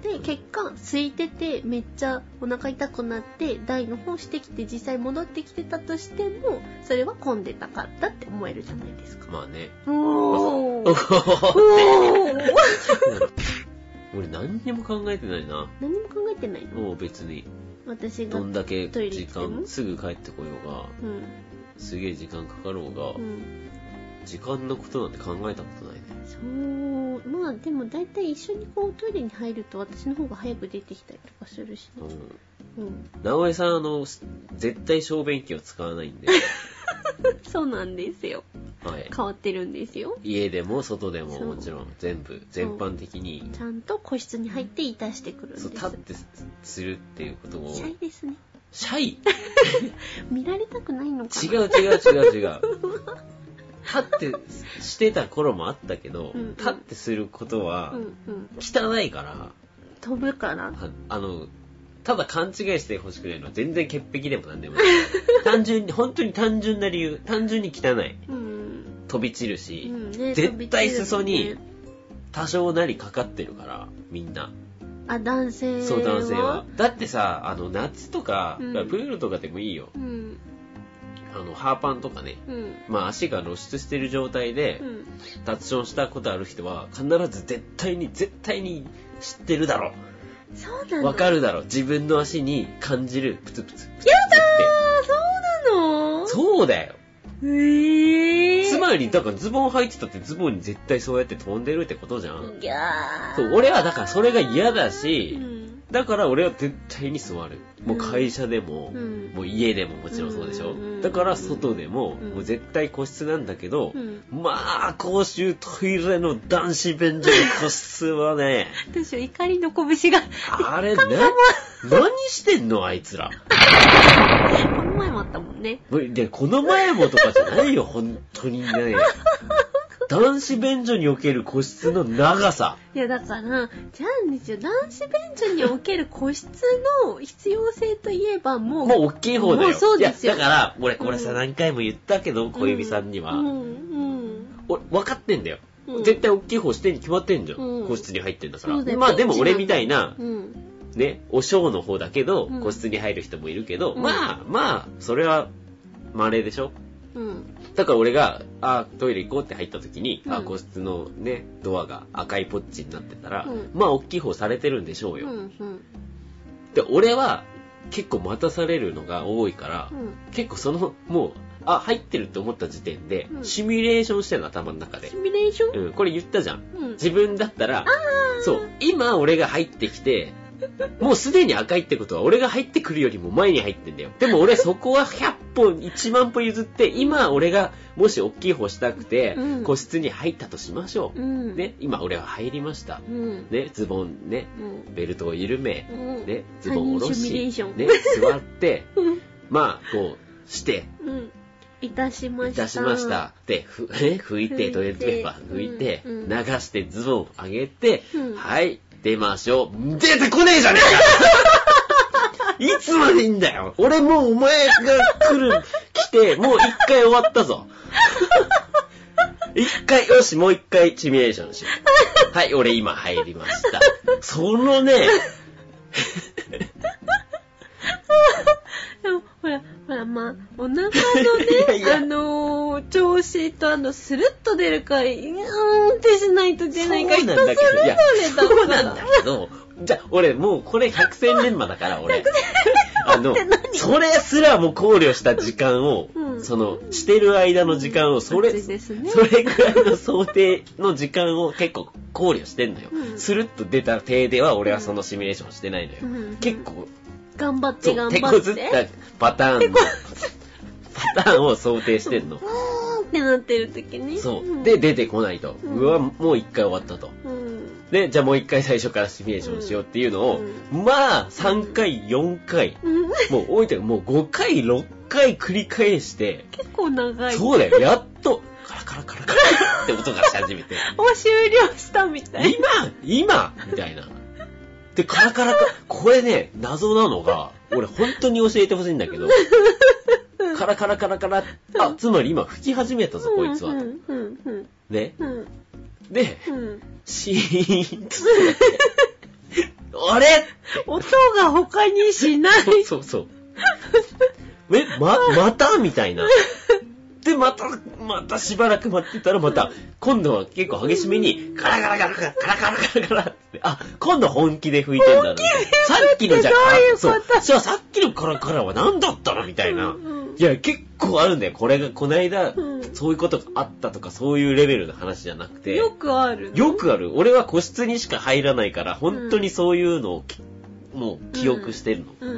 S1: で、結果、空いてて、めっちゃお腹痛くなって、台の方してきて、実際戻ってきてたとしても、それは混んでたからだって思えるじゃないですか。
S3: まあね。
S1: お
S3: お
S1: ー
S3: ー
S1: おー
S3: 俺何にも考えてないな。
S1: 何も考えてないの
S3: もう別に。
S1: 私が。
S3: ど
S1: うんん。
S3: だけ
S1: トイレ
S3: 時
S1: 行っても
S3: 間、すぐ帰ってこようが、すげえ時間かかろうが、
S1: うん。
S3: 時間のことなんて考えたことないね。
S1: そう。まあ、でも大体一緒にこう、トイレに入ると、私の方が早く出てきたりとかするしね。
S3: うん。
S1: うん。
S3: 直江さん、あの、す絶対小便器を使わないん で、
S1: そうなんですよ。
S3: はい。
S1: 変わってるんですよ。
S3: 家でも外でも
S1: そう
S3: もちろん全部、全般的に、
S1: ちゃんと個室に入っていたしてくるんです。
S3: そう、立ってすするっていうことを、
S1: シャイですね。
S3: シャイ
S1: 見られたくないのかな
S3: 違う違う違う違う。立ってすしてた頃もあったけど、
S1: うんうん
S3: 立ってすることは
S1: うんうん
S3: 汚いから、
S1: 飛ぶから
S3: ああの、ただ勘違いしてほしくないのは全然潔癖でもなんで もない。単純に、本当に単純な理由、単純に汚い。
S1: うん、
S3: 飛び散る
S1: う
S3: し、
S1: んね、
S3: 絶対裾
S1: 飛び散
S3: に
S1: るね
S3: 多少なりかかってるから、みんな。
S1: あ男性は
S3: そう、男性は。だってさ、あの、夏とか、
S1: うん
S3: プールとかでもいいよ。
S1: うん
S3: あの、ハーパンとかね。
S1: うん
S3: まあ、足が露出してる状態で
S1: う、ん
S3: 脱ションしたことある人は、必ず絶対に、絶対に知ってるだろ
S1: そうな
S3: う。
S1: の
S3: わかるだろう。自分の足に感じる、プツプツ。プツプツって
S1: あそうなの
S3: そうだよ。
S1: ええー、
S3: つまり、だからズボン履いてたってズボンに絶対そうやって飛んでるってことじゃん。
S1: いやー
S3: そう、俺はだからそれが嫌だ
S1: う
S3: し、
S1: ん
S3: だから俺は絶対に座る。もう会社でも、
S1: うん
S3: もう家でももちろんそうでしょ。
S1: うん
S3: だから外でも、
S1: うん
S3: もう絶対個室なんだけど、
S1: うん
S3: まあ、公衆トイレの男子便所の個室はね、
S1: どうしよう怒りの拳が
S3: あれ、な、何してんのあいつら。
S1: この前もあったもんね
S3: で、この前もとかじゃないよ、本当にね。男子便所における個室の長さ。
S1: いやだからじゃあですよ男子便所における個室の必要性といえばもう
S3: もう大きい方だよ。
S1: もうそうですよ
S3: いやだから、俺、これさ、
S1: うん
S3: 何回も言ったけど、小指さんには。
S1: うんうん
S3: 俺、分かってんだよ。
S1: うん
S3: 絶対大きい方してに決まってんじゃん。
S1: うん
S3: 個室に入ってんだから。
S1: そうだよ
S3: まあでも俺みたいな、
S1: うん
S3: ね、お尚の方だけど、
S1: うん
S3: 個室に入る人もいるけど、
S1: うん
S3: まあ、まあ、それは、稀でしょ
S1: うん
S3: だから俺が、あトイレ行こうって入った時に、あ
S1: うん
S3: 個室のね、ドアが赤いポッチになってたら、
S1: うん
S3: まあ、大きい方されてるんでしょう
S1: う
S3: よ。
S1: んうん
S3: で、俺は、結構待たされるのが多いから、
S1: うん
S3: 結構その、もう、あ、入ってるって思った時点で、
S1: うん
S3: シミュレーションしてるの、頭の中で
S1: シ。ミュレーション
S3: うん、これ言ったじゃん。
S1: うん、
S3: 自分だったら、そう、今俺が入ってきて、もうすでに赤いってことは俺が入ってくるよりも前に入ってんだよ。でも俺そこは100歩、1万歩譲って、今俺がもし大きい方したくて
S1: う、ん
S3: 個室に入ったとしましょう。
S1: ん、
S3: ね、今俺は入りました。
S1: うん、
S3: ね、ズボンね、
S1: うん、
S3: ベルトを緩め、
S1: うん、
S3: ね、ズボン下ろ
S1: シミュレーシ
S3: し、
S1: ョン
S3: ね、座って、
S1: うん、
S3: まあ、こう、して、
S1: うん、いたしま
S3: い
S1: した。
S3: たしました。で、ふ、 え拭
S1: 拭
S3: い
S1: いて
S3: て、トイレットペーパー拭いて、
S1: うんうん
S3: 流してズボンを上げて、
S1: うん
S3: はい、出ましょう。出てこねえじゃね えかいつまでいいんだよ俺もうお前が来る、来て、もう一回終わったぞ。一回、よし、もう一回シミュレーションしよう。はい、俺今入りました。そのね、
S1: でもほら、ほら、まあ、お腹のね
S3: いやい、や
S1: あのー、調子と、あの、スルッと出るか、うーんってしないと出ないか、
S3: そう
S1: 人
S3: な
S1: そ
S3: んだ
S1: れ
S3: けどいや
S1: ぞ
S3: そ
S1: れ
S3: う
S1: だ
S3: なん
S1: か
S3: だ
S1: ら。
S3: けど、じゃあ俺もうこれ百戦錬磨だから俺。あの、それすらも考慮した時間を、
S1: うん
S3: その、してる間の時間を、それ、
S1: そうですね
S3: それくらいの想定の時間を結構考慮してんのよ。
S1: うん
S3: スルッと出た手では俺はそのシミュレーションしてないのよ。
S1: うん
S3: 結構、
S1: 頑張っ
S3: そ
S1: て、
S3: う、
S1: 頑
S3: 手
S1: 張
S3: こ
S1: っ。
S3: ずってたパターンの、パターンを想定してんの。
S1: うーんってなってる時に。
S3: そう。
S1: ん
S3: で、、出てこないと。
S1: うん
S3: うわ、もう一回終わったと。
S1: うん。
S3: で、じゃあもう一回最初からシミュレーションしようっていうのを、まあ、3回、4回、
S1: うん、
S3: もう置いて、もう5回、6回繰り返して、
S1: 結構長い。
S3: そうだよ、やっと、カラカラカラカラって音がし始め て、
S1: もう終了したみたい。
S3: 今今みたいな。で、カラカラカ、これね、謎なのが、俺本当に教えてほしいん だけど、カラカラカラカラ、あ、つまり今吹き始めたぞ、こいつは
S1: う。ん、うん、うん、
S3: ね。
S1: うん、
S3: で、
S1: うん。
S3: シー ンとして、あれ
S1: 音が他にしない。
S3: そうそうそう。え、ま、またみたいな。で、また、またしばらく待ってたら、また、今度は結構激しめに、カラカラカラカラカラカラカラカラって、あ、今度本気で吹いてんだな。さっきのじゃ
S1: どういうこと
S3: そう。じゃあさっきのカラカラは何だったのみたいな。
S1: うんうん
S3: いや、結構あるんだよ。これが、こないだ
S1: うん
S3: そういうことがあったとか、そういうレベルの話じゃなくて。
S1: よくある。
S3: よくある。俺は個室にしか入らないから、本当にそういうのをき、もう記憶してるの。
S1: うん、う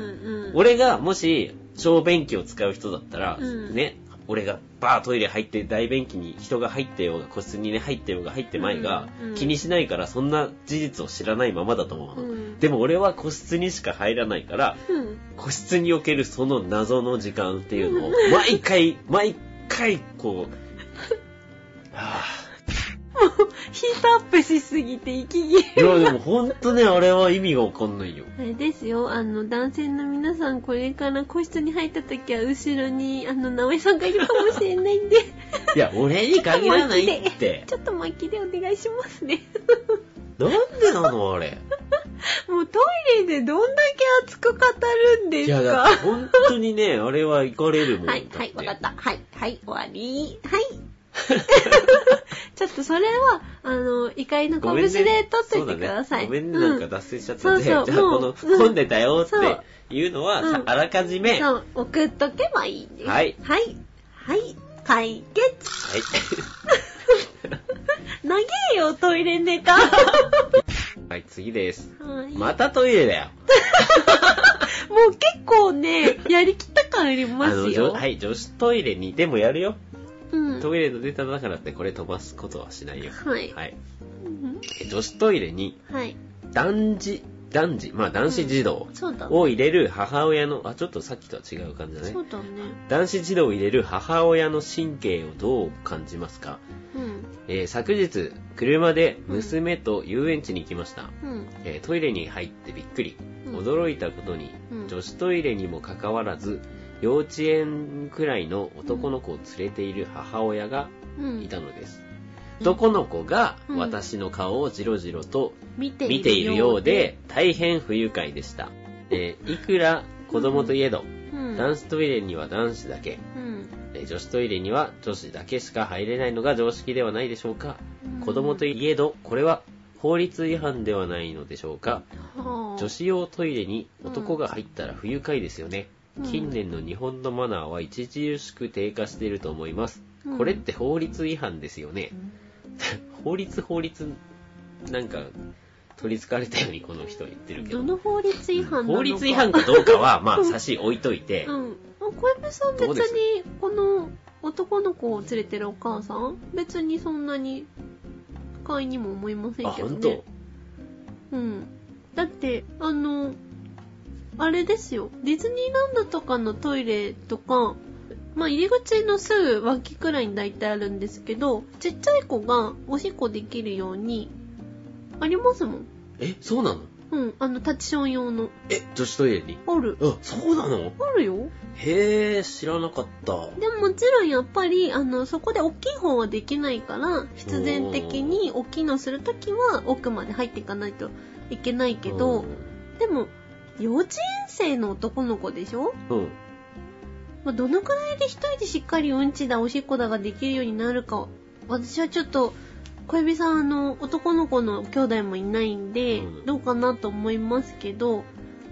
S1: ん。
S3: 俺がもし、小便器を使う人だったら、
S1: うん
S3: ね、俺がバートイレ入って大便器に人が入ってようが個室にね入ってようが入ってまいが、
S1: うんうん
S3: 気にしないからそんな事実を知らないままだと思うの、
S1: うん
S3: でも俺は個室にしか入らないから
S1: うん。
S3: 個室におけるその謎の時間っていう のを毎回毎回こうはぁ
S1: ヒートアップしすぎて息切れ。
S3: いや、でもほんとね、あれは意味がわかんないよ。
S1: あれですよ、あの、男性の皆さん、これから個室に入った時は、後ろに、あの、直江さんがいるかもしれない んで、
S3: いや、俺に限らないって。
S1: ちょっと巻きでお願いしますね。
S3: なんでなの、あれ。
S1: もうトイレでどんだけ熱く語るんで
S3: い
S1: すか
S3: や、だってほんとにね、 あれは行かれるもん。
S1: はい、
S3: だ。
S1: はい、わかってた。はい、はい、終わり。はい。 ちょっとそれは、あの、怒りの
S3: ごめんね
S1: 拳で取っといてください。
S3: そうだねごめんね、
S1: う
S3: なんか脱線しちゃったんで。
S1: そうそう
S3: じゃあ、
S1: も
S3: こ
S1: う
S3: の、
S1: うん
S3: 混んでたよ
S1: そ
S3: っていうのは、
S1: うん
S3: あらかじめ、はい。
S1: そう、送っとけばいいんです。
S3: はい
S1: はい。はい。解決。長えよ、トイレネ タ。は
S3: はい、次です。
S1: い
S3: またトイレだよ。
S1: もう結構ね、やりきった感あります
S3: 女
S1: よ。
S3: はい、女子トイレにでもやるよ。
S1: うん。
S3: トイレのデータの中だってこれ飛ばすことはしないよ。
S1: はい
S3: はい。
S1: うん
S3: え女子トイレに、
S1: はい。
S3: 男児、男児、まあ男子児童
S1: そうだね。
S3: を入れる母親の、あ、ちょっとさっきとは違う感じだね
S1: そ。うだね。
S3: 男子児童を入れる母親の神経をどう感じますか、
S1: うん。
S3: えー昨日、車で娘と遊園地に行きました。
S1: うん。
S3: えートイレに入ってびっくり。
S1: うん
S3: 驚いたことに、
S1: うん
S3: 女子トイレにもかかわらず、幼稚園くらいの男の子を連れている母親が
S1: うん。
S3: いたのです。男の子が
S1: うん
S3: 私の顔をじろじろと
S1: 見て
S3: 見ているよう。で、大変不愉快でした。えーいくら子供といえど、
S1: うん。
S3: 男子トイレには男子だけ、
S1: うん。
S3: えー女子トイレには女子だけしか入れないのが常識ではないでしょうか。子供といえど、これは法律違反ではないのでしょうか
S1: はあ
S3: 女子用トイレに男が入ったら不愉快ですよね、
S1: うん
S3: 近年の日本のマナーは著しく低下していると思います、
S1: うん
S3: これって法律違反ですよね、 法律法律なんか取り憑かれたようにこの人は言ってるけ
S1: ど
S3: ど
S1: の法律違反なのか
S3: 法律違反かどうかはまあ差し置いといて、
S1: うん小籔さん別
S3: どうです
S1: にこの男の子を連れてるお母さん別にそんなに不快にも思いませ
S3: あ
S1: んけど
S3: 本
S1: ね
S3: 当
S1: うんだってあのあれですよディズニーランドとかのトイレとかまあ入り口のすぐ脇くらいに大体あるんですけどちっちゃい子がおしっこできるようにありますもん
S3: えそうなの
S1: うんあのタチション用の
S3: え女子トイレに
S1: ある
S3: あそうなの
S1: あるよ
S3: へえ知らなかった
S1: でももちろんやっぱりあのそこで大きい方はできないから必然的に大きいのするときは奥まで入っていかないといけないけどでも幼稚園生の男の子でしょ、
S3: うん、うん
S1: まあ、どのくらいで一人でしっかりうんちだおしっこだができるようになるか私はちょっと小指さんあの男の子の兄弟もいないんで
S3: うん
S1: どうかなと思いますけど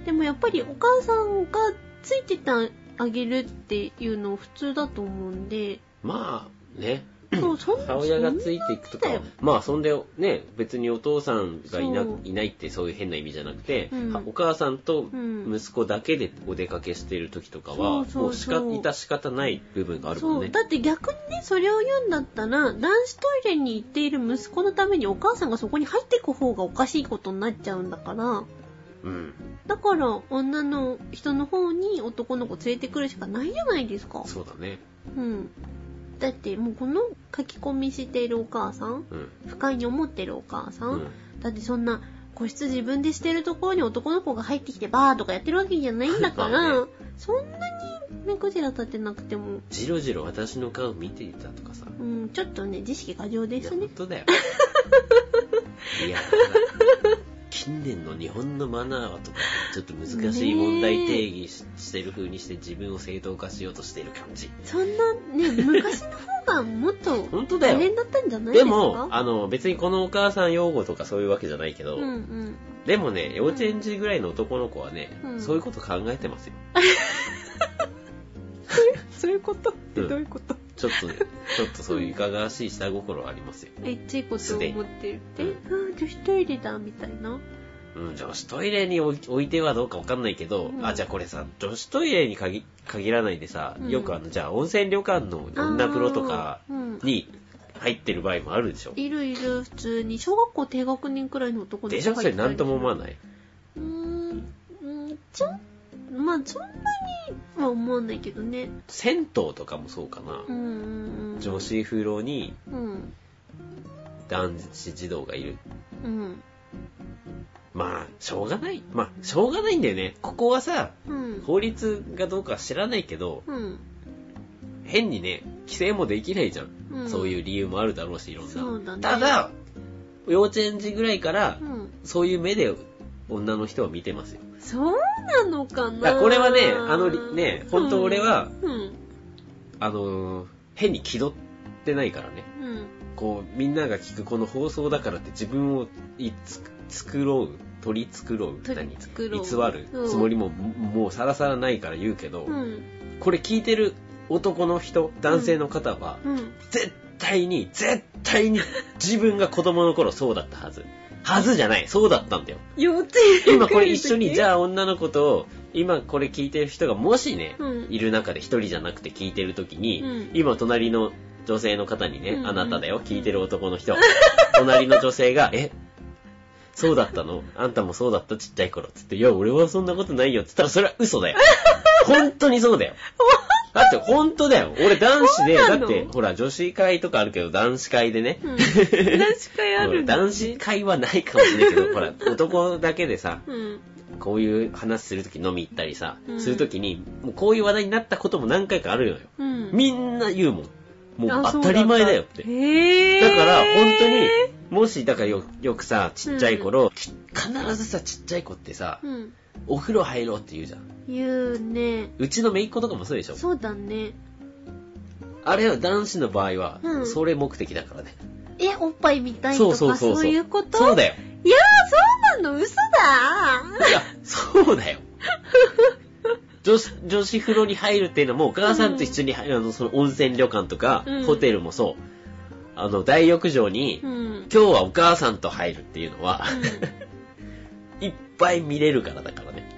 S1: でもやっぱりお母さんがついててあげるっていうの普通だと思うんで。
S3: まあね
S1: そう、そん
S3: 母親がついていくとか
S1: そんなもんだよ
S3: まあそんでね別にお父さんがいな
S1: そう
S3: いないってそういう変な意味じゃなくて、
S1: うん
S3: はお母さんと
S1: うん
S3: 息子だけでお出かけしてる時とかは、
S1: そうそうそう
S3: もうしか致し方ない部分があるもん
S1: そう
S3: ね
S1: だって逆にねそれを言うんだったら男子トイレに行っている息子のためにお母さんがそこに入っていく方がおかしいことになっちゃうんだから
S3: うん
S1: だから女の人の方に男の子連れてくるしかないじゃないですか
S3: そうだね
S1: うんだってもうこの書き込みしているお母さん
S3: うん
S1: 不快に思ってるお母さ
S3: うん
S1: ん、だってそんな個室自分でしてるところに男の子が入ってきてバーとかやってるわけじゃないんだか
S3: まあ
S1: ら、
S3: ね
S1: そんなに目くじら立てなくても、
S3: じろじろ私の顔見ていたとかさ
S1: うん、ちょっとね知識過剰で
S3: いや
S1: すね
S3: 本当 だよいや近年の日本のマナーはとかちょっと難しい問題定義し,、してる風にして自分を正当化しようとしてる感じ
S1: そん なね昔の方がもっと
S3: 本当だ
S1: 大
S3: よ
S1: 変だったんじゃないで
S3: です
S1: か
S3: も、あの、別にこのお母さん用語とかそういうわけじゃないけど、
S1: うんうん
S3: でもね、幼稚園児ぐらいの男の子はね、
S1: うん
S3: そういうこと考えてますよ。
S1: そういうことって
S3: どう
S1: いうこと、
S3: ちょっとね、ちょっとそういういかがわしい下心ありますよ。
S1: えっちいことを思ってるって、
S3: すでに
S1: うん、女子トイレだみたいな
S3: うん、女子トイレに置い置いてはどうかわかんないけど、
S1: うん
S3: あ、じゃあこれさ、女子トイレに限限らないでさ、
S1: うん
S3: よくあの、じゃあ温泉旅館の女風呂とか
S1: あーうん
S3: に入ってる場合もあるでしょ。
S1: いるいる普通に小学校低学年くらいの男の子
S3: でしょそれ
S1: な
S3: なんとも思わないう
S1: ーんうんちょまあそんなには思わないけどね
S3: 銭湯とかもそうかな。
S1: うんうんうん
S3: 女子風呂に
S1: うん
S3: 男子児童がいる
S1: うん
S3: まあ、しょうがない。まあ、しょうがないんだよね。ここはさ、
S1: うん
S3: 法律がどうかは知らないけど、
S1: うん
S3: 変にね、規制もできないじゃん。
S1: うん
S3: そういう理由もあるだろうし、いろんな。
S1: そうだね
S3: ただ、幼稚園児ぐらいから、
S1: うん
S3: そういう目で女の人は見てますよ。
S1: そうなのか
S3: だ
S1: な
S3: からこれはね、あのり、ね、本当俺は、
S1: うん
S3: あのー変に気取ってないからね。
S1: うん
S3: こう、みんなが聞くこの放送だからって自分をいつ作ろう、取り繕
S1: 取
S3: う、
S1: り繕う
S3: 何偽るつもりも、もうさらさらないから言うけど、
S1: うん
S3: これ聞いてる男の人、男性の方は、
S1: うん
S3: 絶対に、絶対に自分が子供の頃そうだったはず。はずじゃない、そうだったんだよ。
S1: 幼稚園
S3: 今これ一緒に、じ
S1: あ
S3: ゃあ女の子と、今これ聞いてる人がもしね、
S1: うん
S3: いる中で一人じゃなくて聞いてる時に、
S1: うん
S3: 今隣の女性の方にね、
S1: うん
S3: あなただよ、聞いてる男 の人、隣の女性が、えそうだったのあんたもそうだったちっちゃい頃っつって、いや、俺はそんなことないよっつったら、それは 嘘だよ。本当にそうだよ。だって本当だよ。俺男子で、
S1: そうな
S3: だ
S1: の
S3: って、ほら、女子会とかあるけど、男子会でね、
S1: うん、男子会あるんだ、ね、
S3: 男子会はないかもしれないけど、ほら、男だけでさ、
S1: うん
S3: こういう話するとき飲み行ったりさ、
S1: うん
S3: するときに、もうこういう話題になったことも何回かあるのよ。
S1: うん
S3: みんな言うもん。もう
S1: あそ
S3: 当
S1: うだった
S3: たり前だよって。だ
S1: へー
S3: から本当に、もし、だからよよくさ、ちっちゃい頃、き必ずさ、ちっちゃい子ってさ、
S1: うん
S3: お風呂入ろうって言うじゃん。
S1: 言うね
S3: うちの姪っ子とかもそうでしょ。
S1: そうだね
S3: あれは男子の場合は
S1: う、ん
S3: それ目的だからね。
S1: え、おっぱい見たいとか、そういうこと
S3: そうだよ。
S1: いやー、そうなの、嘘だ
S3: いや、そうだよ。女子女子風呂に入るっていうのも、お母さんと一緒に入る、あのその温泉旅館とか、
S1: うん
S3: ホテルもそう。あの、大浴場に、
S1: ーうん。
S3: 今日はお母さんと入るっていうのは、いっぱい見れるからだからね。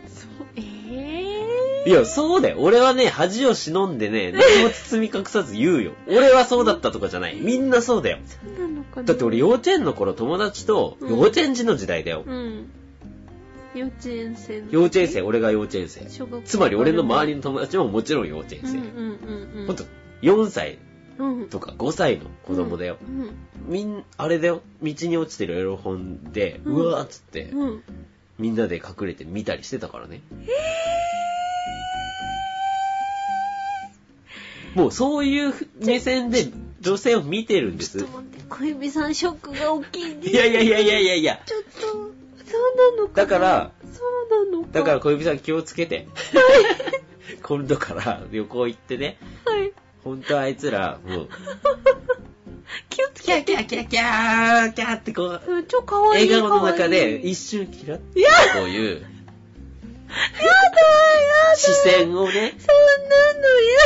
S1: え
S3: いや、そうだよ。俺はね、恥を忍んでね、何も包み隠さず言うよ。俺はそうだったとかじゃない。みんなそうだよ。
S1: ー、そうなのかな
S3: だって俺幼稚園の頃友達と、
S1: うん
S3: 幼稚園児の時代だよ。
S1: うん。幼稚園生の時
S3: 幼稚園生、俺が幼稚園生。
S1: 小学校
S3: つまり俺の周りの友達ももちろん幼稚園
S1: うん
S3: 生。
S1: うんうんうん。
S3: ほんと、4歳
S1: うん、
S3: とか5歳の子供だよ。
S1: うん。
S3: みん、あれだよ。道に落ちてるエロ本で、
S1: うん
S3: うわーっつって、
S1: うん。
S3: みんなで隠れて見たりしてたからね。もうそういう目線で女性を見てるんで
S1: ちょ
S3: す
S1: っ。と待って、小指さんショックが大きいね
S3: いやいやいやいやいやいや。
S1: ちょっと、そうなのかな
S3: だから、
S1: そうなのか
S3: だから小指さん気をつけて。今度から旅行行ってね。
S1: はい。
S3: ほんとあいつら、も う、
S1: 気をつ
S3: キャ
S1: け
S3: ーキ
S1: て。
S3: ャーキャーキャーキャーってこう、
S1: うん、超かわい
S3: 笑
S1: い。
S3: 顔の
S1: 可
S3: 中
S1: 愛
S3: で
S1: い
S3: 一瞬キラッ
S1: いや
S3: こういう
S1: やだやだ
S3: 視線を
S1: そんなの
S3: ね、
S1: や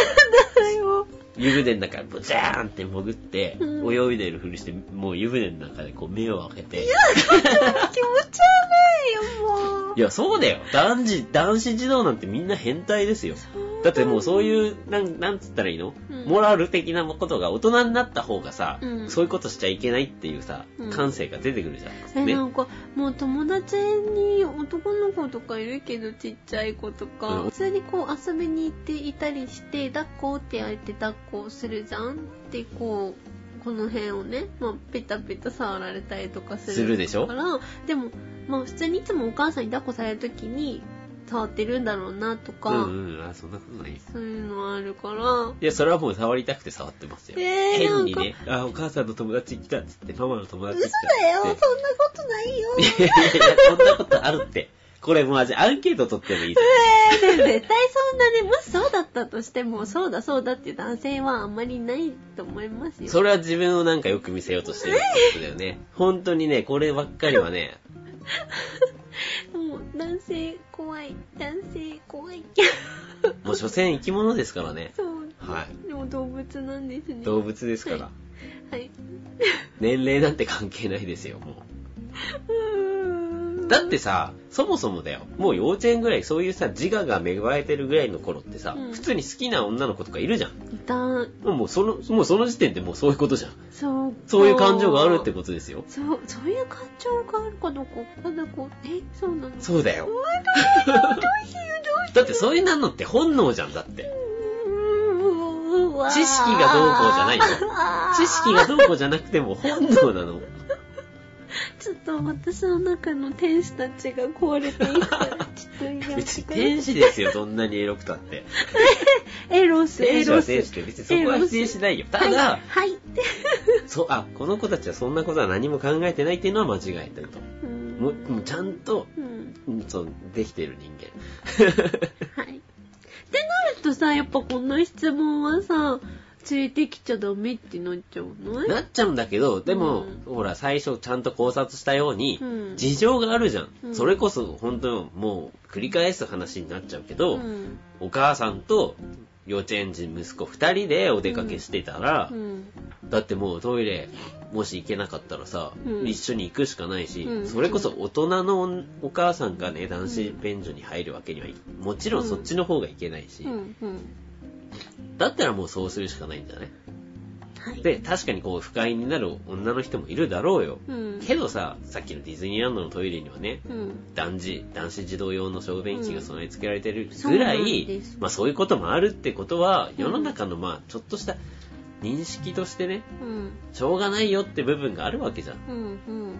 S1: だ よ。
S3: 湯船の中ブチャーンって潜って、
S1: うん
S3: 泳いでるふりして、もう湯船の中でこう目を開けて。
S1: 気持ち悪いよ、もう。
S3: いや、そうだよ。男児、男子児童なんてみんな変態ですよ。だってもうそういう、なん、なんつったらいいの、
S1: うん
S3: モラル的なことが大人になった方がさ、
S1: うん
S3: そういうことしちゃいけないっていうさ
S1: うん、
S3: 感性が出てくるじゃないですか
S1: え、
S3: ね。
S1: なんか、もう友達に男の子とかいるけど、ちっちゃい子とか、
S3: うん
S1: 普通にこう遊びに行っていたりして、抱っこってやって抱っこするじゃんで、こう、この辺をね、まあ、ペタペタ触られたりとかする。
S3: するでしょ
S1: から、でも、まあ、普通にいつもお母さんに抱っこされるときに、触ってるんだろうなとか、
S3: うんうん、あ、そんなことないよ。
S1: そういうのあるから、
S3: いや、それはもう触りたくて触ってますよ。
S1: えー
S3: 変にね、あ、お母さんの友達来たっつって、ママの友達来たっつっ
S1: なこ
S3: て。
S1: とないよ。
S3: いやいやいや、そんなことあるって。これマジアンケート取ってもいいです。
S1: 絶対そんなね、もしそうだったとしても、そうだそうだっていう男性はあんまりないと思いますよ。
S3: それは自分をなんかよく見せようとしてるってことだよね。本当にね、こればっかりはね、
S1: もう、男性怖い。男性怖い。
S3: もう所詮生き物ですからね。
S1: そう。
S3: は
S1: でも動物なんですね。
S3: い。動物ですか
S1: は
S3: ら。
S1: はい。
S3: 年齢なんて関係ないですよ、もう。だ
S1: だ
S3: って、さ、そもそもだよ。もう幼稚園ぐらい、そういうさ、自我が芽生えてるぐらいの頃ってさ、
S1: うん
S3: 普通に好きな女の子とかいるじゃん。
S1: いた、
S3: もうその、もうその時点でもうそういうことじゃん。
S1: そう。
S3: そういう感情があるってことですよ。
S1: そう、そういう感情があるかどうか、なんだこう、え、そうなの
S3: そうだよ。だってそういうなのって本能じゃんだって。知識がどうこうじゃないよ知識がどうこうじゃなくても本能なの。
S1: ちょっと私の中の天使たちが壊れていくから、ちょっといや
S3: 別に 天使ですよ、そんなにエロくたって。
S1: エロス、エ
S3: 天使
S1: ロ
S3: は
S1: ス。
S3: 天使って別にそこは否定しないよ。た
S1: は
S3: だ
S1: い、、はい。
S3: そう、あ、この子たちはそんなことは何も考えてないっていうのは間違えてると。
S1: うん
S3: もうもうちゃんと、
S1: うん
S3: うんそう、できてる人間。
S1: はい。ってなるとさ、やっぱこの質問はさ、連れてきちゃダメってなっちゃうの
S3: なっちゃうんだけど、でも、
S1: う
S3: ほら、最初ちゃんと考察したように、
S1: うん
S3: 事情があるじゃん。
S1: うん
S3: それこそ、本当にもう、繰り返す話になっちゃうけど、
S1: うん。
S3: お母さんと幼稚園児息子2人でお出かけしてたら
S1: う、ん。
S3: だってもうトイレ、もし行けなかったらさ、
S1: うん
S3: 一緒に行くしかないし、
S1: うん
S3: それこそ大人のお母さんがね、男子便所に入るわけにはい、もちろんそっちの方がいけないし、
S1: うん。うん。
S3: だったらもうそうするしかないんだね。
S1: はい。
S3: で、確かにこう、不快になる女の人もいるだろうよ。
S1: うん。
S3: けどさ、さっきのディズニーランドのトイレにはね、
S1: うん。
S3: 男児、男子児童用の小便器が備え付けられてる
S1: そう
S3: ぐら
S1: なん
S3: い、
S1: です
S3: まあそういうこともあるってことは、
S1: うん
S3: 世の中のまあちょっとした認識としてね、
S1: うん。
S3: しょうがないよって部分があるわけじゃん。
S1: うん。うん。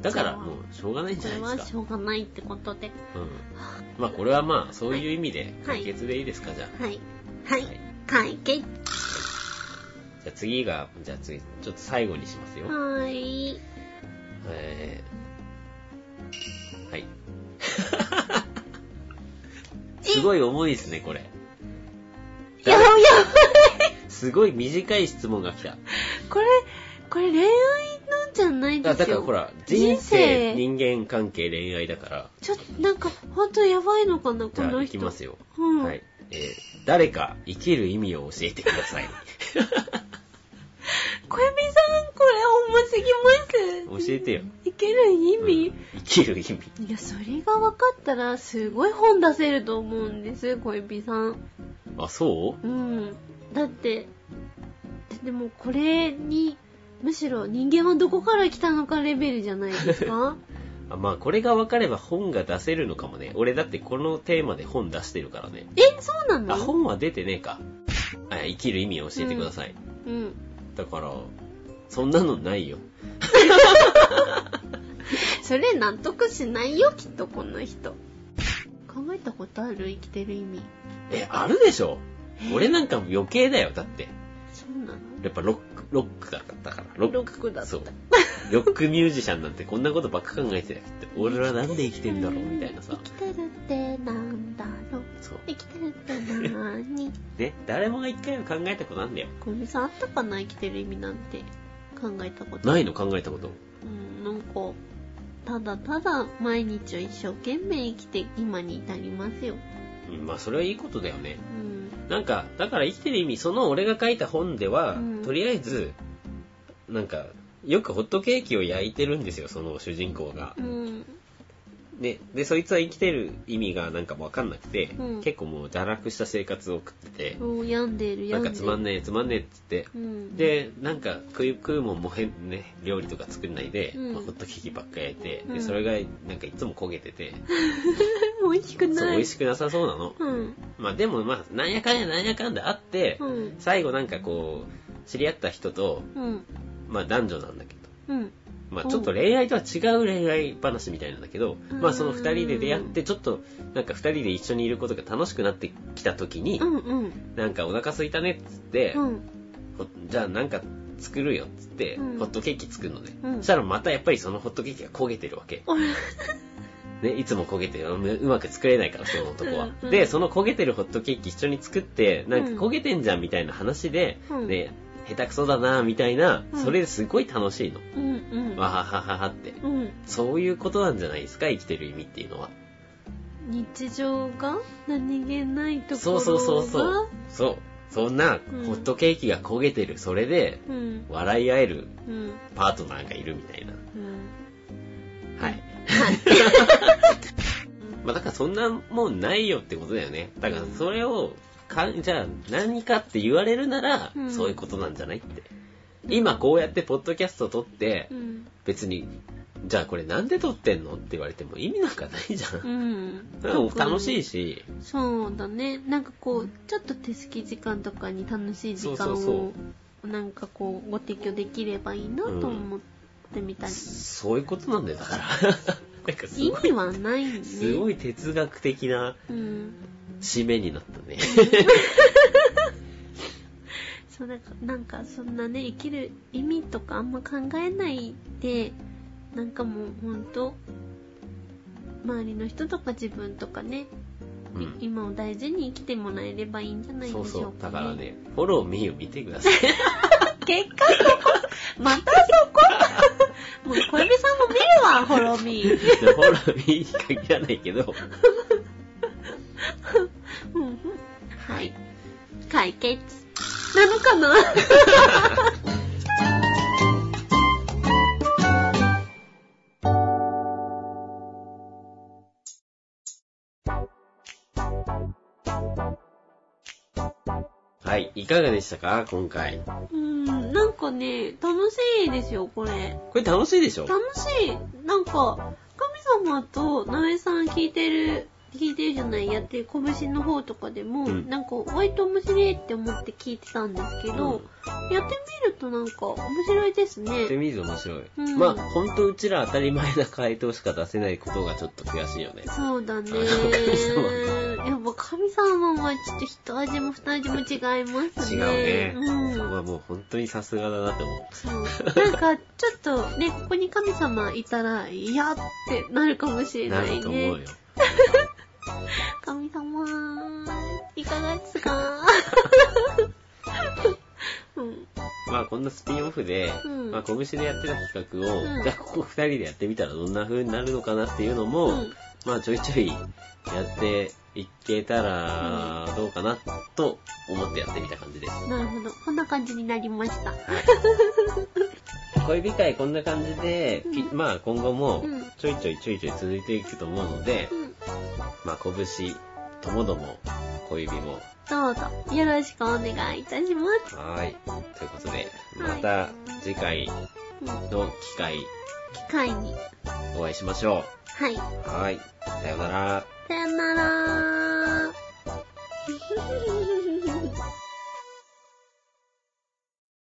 S3: だから
S1: そう
S3: もうしょうがないん
S1: そ
S3: じゃ
S1: れ
S3: ない
S1: は
S3: です
S1: し
S3: か。
S1: ょうがないってことで。
S3: うん。まあこれはまあそういう意味で
S1: はい
S3: 解決でいいですか、じゃ
S1: はい。は
S3: あ。はい
S1: い。。解決。
S3: じゃあ次が、じゃあ次、ちょっと最後にしますよ。
S1: はーい。
S3: え ーはい。すごい重いですね、これ。
S1: やばいやばい
S3: すごい短い質問が来た。
S1: これ、ここれ恋愛なんじゃないで
S3: だ
S1: すよ
S3: からほら、
S1: 人
S3: 人
S1: 生
S3: 生、人間関係、恋愛だから、
S1: ちょっとなんか本当やばいのかな
S3: じ
S1: こ
S3: ゃ
S1: の
S3: あ
S1: 人
S3: いきますよ。
S1: うん
S3: はい。えー誰か生きる意味を教えてください。
S1: 小指さんこれ重すぎ
S3: 教
S1: ます
S3: えてよ。
S1: いける意味、
S3: うん生きる意味。
S1: いやそれが分かったらすごい本出せると思うんです小指さん
S3: あ、そう
S1: うんだってでもこれにむしろ人間はどこから来たのかレベルじゃないです か
S3: あまあ、これが分かれば本が出せるのかもね。俺だってこのテーマで本出してるからね。
S1: えそうな
S3: あ、
S1: の
S3: 本は出てねえか。あ生きる意味を教えてください。
S1: うん
S3: だから、そんなのないよ。
S1: それ納得しないよきっとこの人考えたことある生きてる意味
S3: え、あるでしょ俺なんか余計だよ。だって。
S1: そうなの
S3: やっぱロック、ロックだったから。ロ
S1: ロックだった
S3: そう。ロックミュージシャンなんて こんなことばっか考えてたよ。俺はなんで生きてんだろうみたいなさ。
S1: 生きてるってなんだろう
S3: そう。
S1: 生きてるってなーに
S3: ね、誰もが一回は考えたことなんだよ。
S1: 小梅さんあったかな生きてる意味なんて考えたこと
S3: ないの考えたこと。
S1: うんなんかただただ毎日を一生懸命生きて今に至りますよ
S3: うん、まあそれはいいことだよね
S1: う。ん
S3: なんか、だから生きてる意味、その俺が書いた本では、
S1: うん
S3: とりあえず、なんか、よくホットケーキを焼いてるんですよ、その主人公が
S1: う。ん
S3: ね、で、そいつは生きてる意味がなんかわかんなくて、
S1: うん
S3: 結構もう堕落した生活を送ってて、
S1: もう病んでる
S3: な
S1: 病ん
S3: ん
S1: で
S3: か
S1: る
S3: つまん
S1: ね
S3: ねえ、つまんねえって言って、
S1: うん、
S3: で、なんか食い食うもんも変ね、料理とか作んないで、
S1: うん
S3: まあホットケーキばっか焼いて、
S1: う
S3: で、
S1: ん
S3: それがなんかいつも焦げてて、
S1: 美味し くない
S3: そう、美味しくなさそうなの。
S1: うん
S3: まあでもまあ、なんやかんやなんやかんであって、
S1: うん
S3: 最後なんかこう、知り合った人と、
S1: うん
S3: まあ男女なんだけど、
S1: うん
S3: まあちょっと恋愛とは違う恋愛話みたいなんだけど、
S1: うん
S3: まあその二人で出会って、ちょっとなんか二人で一緒にいることが楽しくなってきた時に
S1: う、んうん
S3: なんかお腹空いたねっつって、
S1: うん
S3: ほじゃあなんか作るよっつって、
S1: うん
S3: ホットケーキ作るのね、
S1: うん
S3: そしたらまたやっぱりそのホットケーキが焦げてるわけ、
S1: あら
S3: ね、いつも焦げてるううまく作れないからその男
S1: う
S3: は、
S1: んうん
S3: でその焦げてるホットケーキ一緒に作ってなんか焦げてんじゃんみたいな話で、
S1: うん
S3: ね下手くそだなみたいな
S1: うん
S3: それすごい楽しいの、
S1: うんうん
S3: わははははって
S1: うん
S3: そういうことなんじゃないですか生きてる意味っていうのは
S1: 日常が何気ないところが
S3: そうそうそうそうそうそんな
S1: うん
S3: ホットケーキが焦げてるそれで
S1: うん
S3: 笑い合える
S1: うん
S3: パートナーがいるみたいな
S1: うん
S3: はい。まあだからそんなもんないよってことだよね。だからそれを、かじゃあ何かって言われるなら、
S1: うん
S3: そういうことなんじゃないって。今こうやってポッドキャスト撮って
S1: う、ん
S3: 別に、じゃあこれなんで撮ってんのって言われても意味なんかないじゃ。
S1: うんん
S3: うん、楽し
S1: い
S3: いし、
S1: そうだねなんかこうちょっと手すき時間とかに楽しい時間
S3: そうそ
S1: をなんかこうご提供できればいいなと思ってみたり、
S3: そういうことなんだよ、だから。 なんかす
S1: 意
S3: ご
S1: 味
S3: い、
S1: はないね
S3: すごい哲学的な
S1: うん
S3: 締めになった ね。
S1: そうなんかなんかそんなね生きる意味とかあんま考えないでなんかもうほんと周りの人とか自分とかね、
S3: う
S1: い
S3: ん。
S1: 今を大事に生きてもらえればいいんじゃないでし
S3: そ
S1: ょう
S3: う
S1: か、ね、
S3: そう。だからね、フォローミーを見てください。
S1: 結果そこまたそ こもう小指さんも見るわほろみ
S3: フォローミーに限らないけど、
S1: うんうんはい解決なの かな
S3: はい、いかがでしたか今回。
S1: うんなんかね楽しいですよこれ
S3: これ楽しいでしょ
S1: 楽しいなんか神様となべさん聞いてる聞いてるじゃないやってる拳の方とかでも、
S3: うん
S1: なんか割と面白いって思って聞いてたんですけど、やってみるとなんか面白いですね
S3: やってみると面白い。
S1: うん
S3: まあ、ほんとうちら当たり前な回答しか出せないことがちょっと悔しいよね。
S1: そうだね
S3: あの神様
S1: やっぱ神様はちょっと一味も二味も違います
S3: 違う
S1: ね。
S3: ね。そこ
S1: うん。
S3: はもう本当にさすがだなって思
S1: そう。なんか、ちょっとね、ここに神様いたら、いやってなるかもし
S3: う。
S1: れ
S3: な
S1: な
S3: る
S1: い
S3: と思う
S1: ね
S3: よ。。
S1: 神様、いかがですかうん。
S3: まあこんなスピンオフで、
S1: うん
S3: まあ拳でやってた企画を、
S1: うん
S3: じゃあここ二人でやってみたらどんな風になるのかなっていうのも、
S1: うん
S3: まあちょいちょいやっていけたらどうかなと思ってやってみた感じです。
S1: なるほど。こんな感じになりました。
S3: 恋人会こんな感じで、き
S1: う
S3: まあ今後も
S1: うん
S3: ちょいちょいちょいちょい続いていくと思うので、
S1: うん。
S3: まあ拳ともども小指も
S1: どうぞ、よろしくお願いいたします。
S3: はいということでまた次回
S1: うん、
S3: の機会
S1: 機会に。
S3: お会いしましょ
S1: はい。
S3: うはいさようなら
S1: さよなら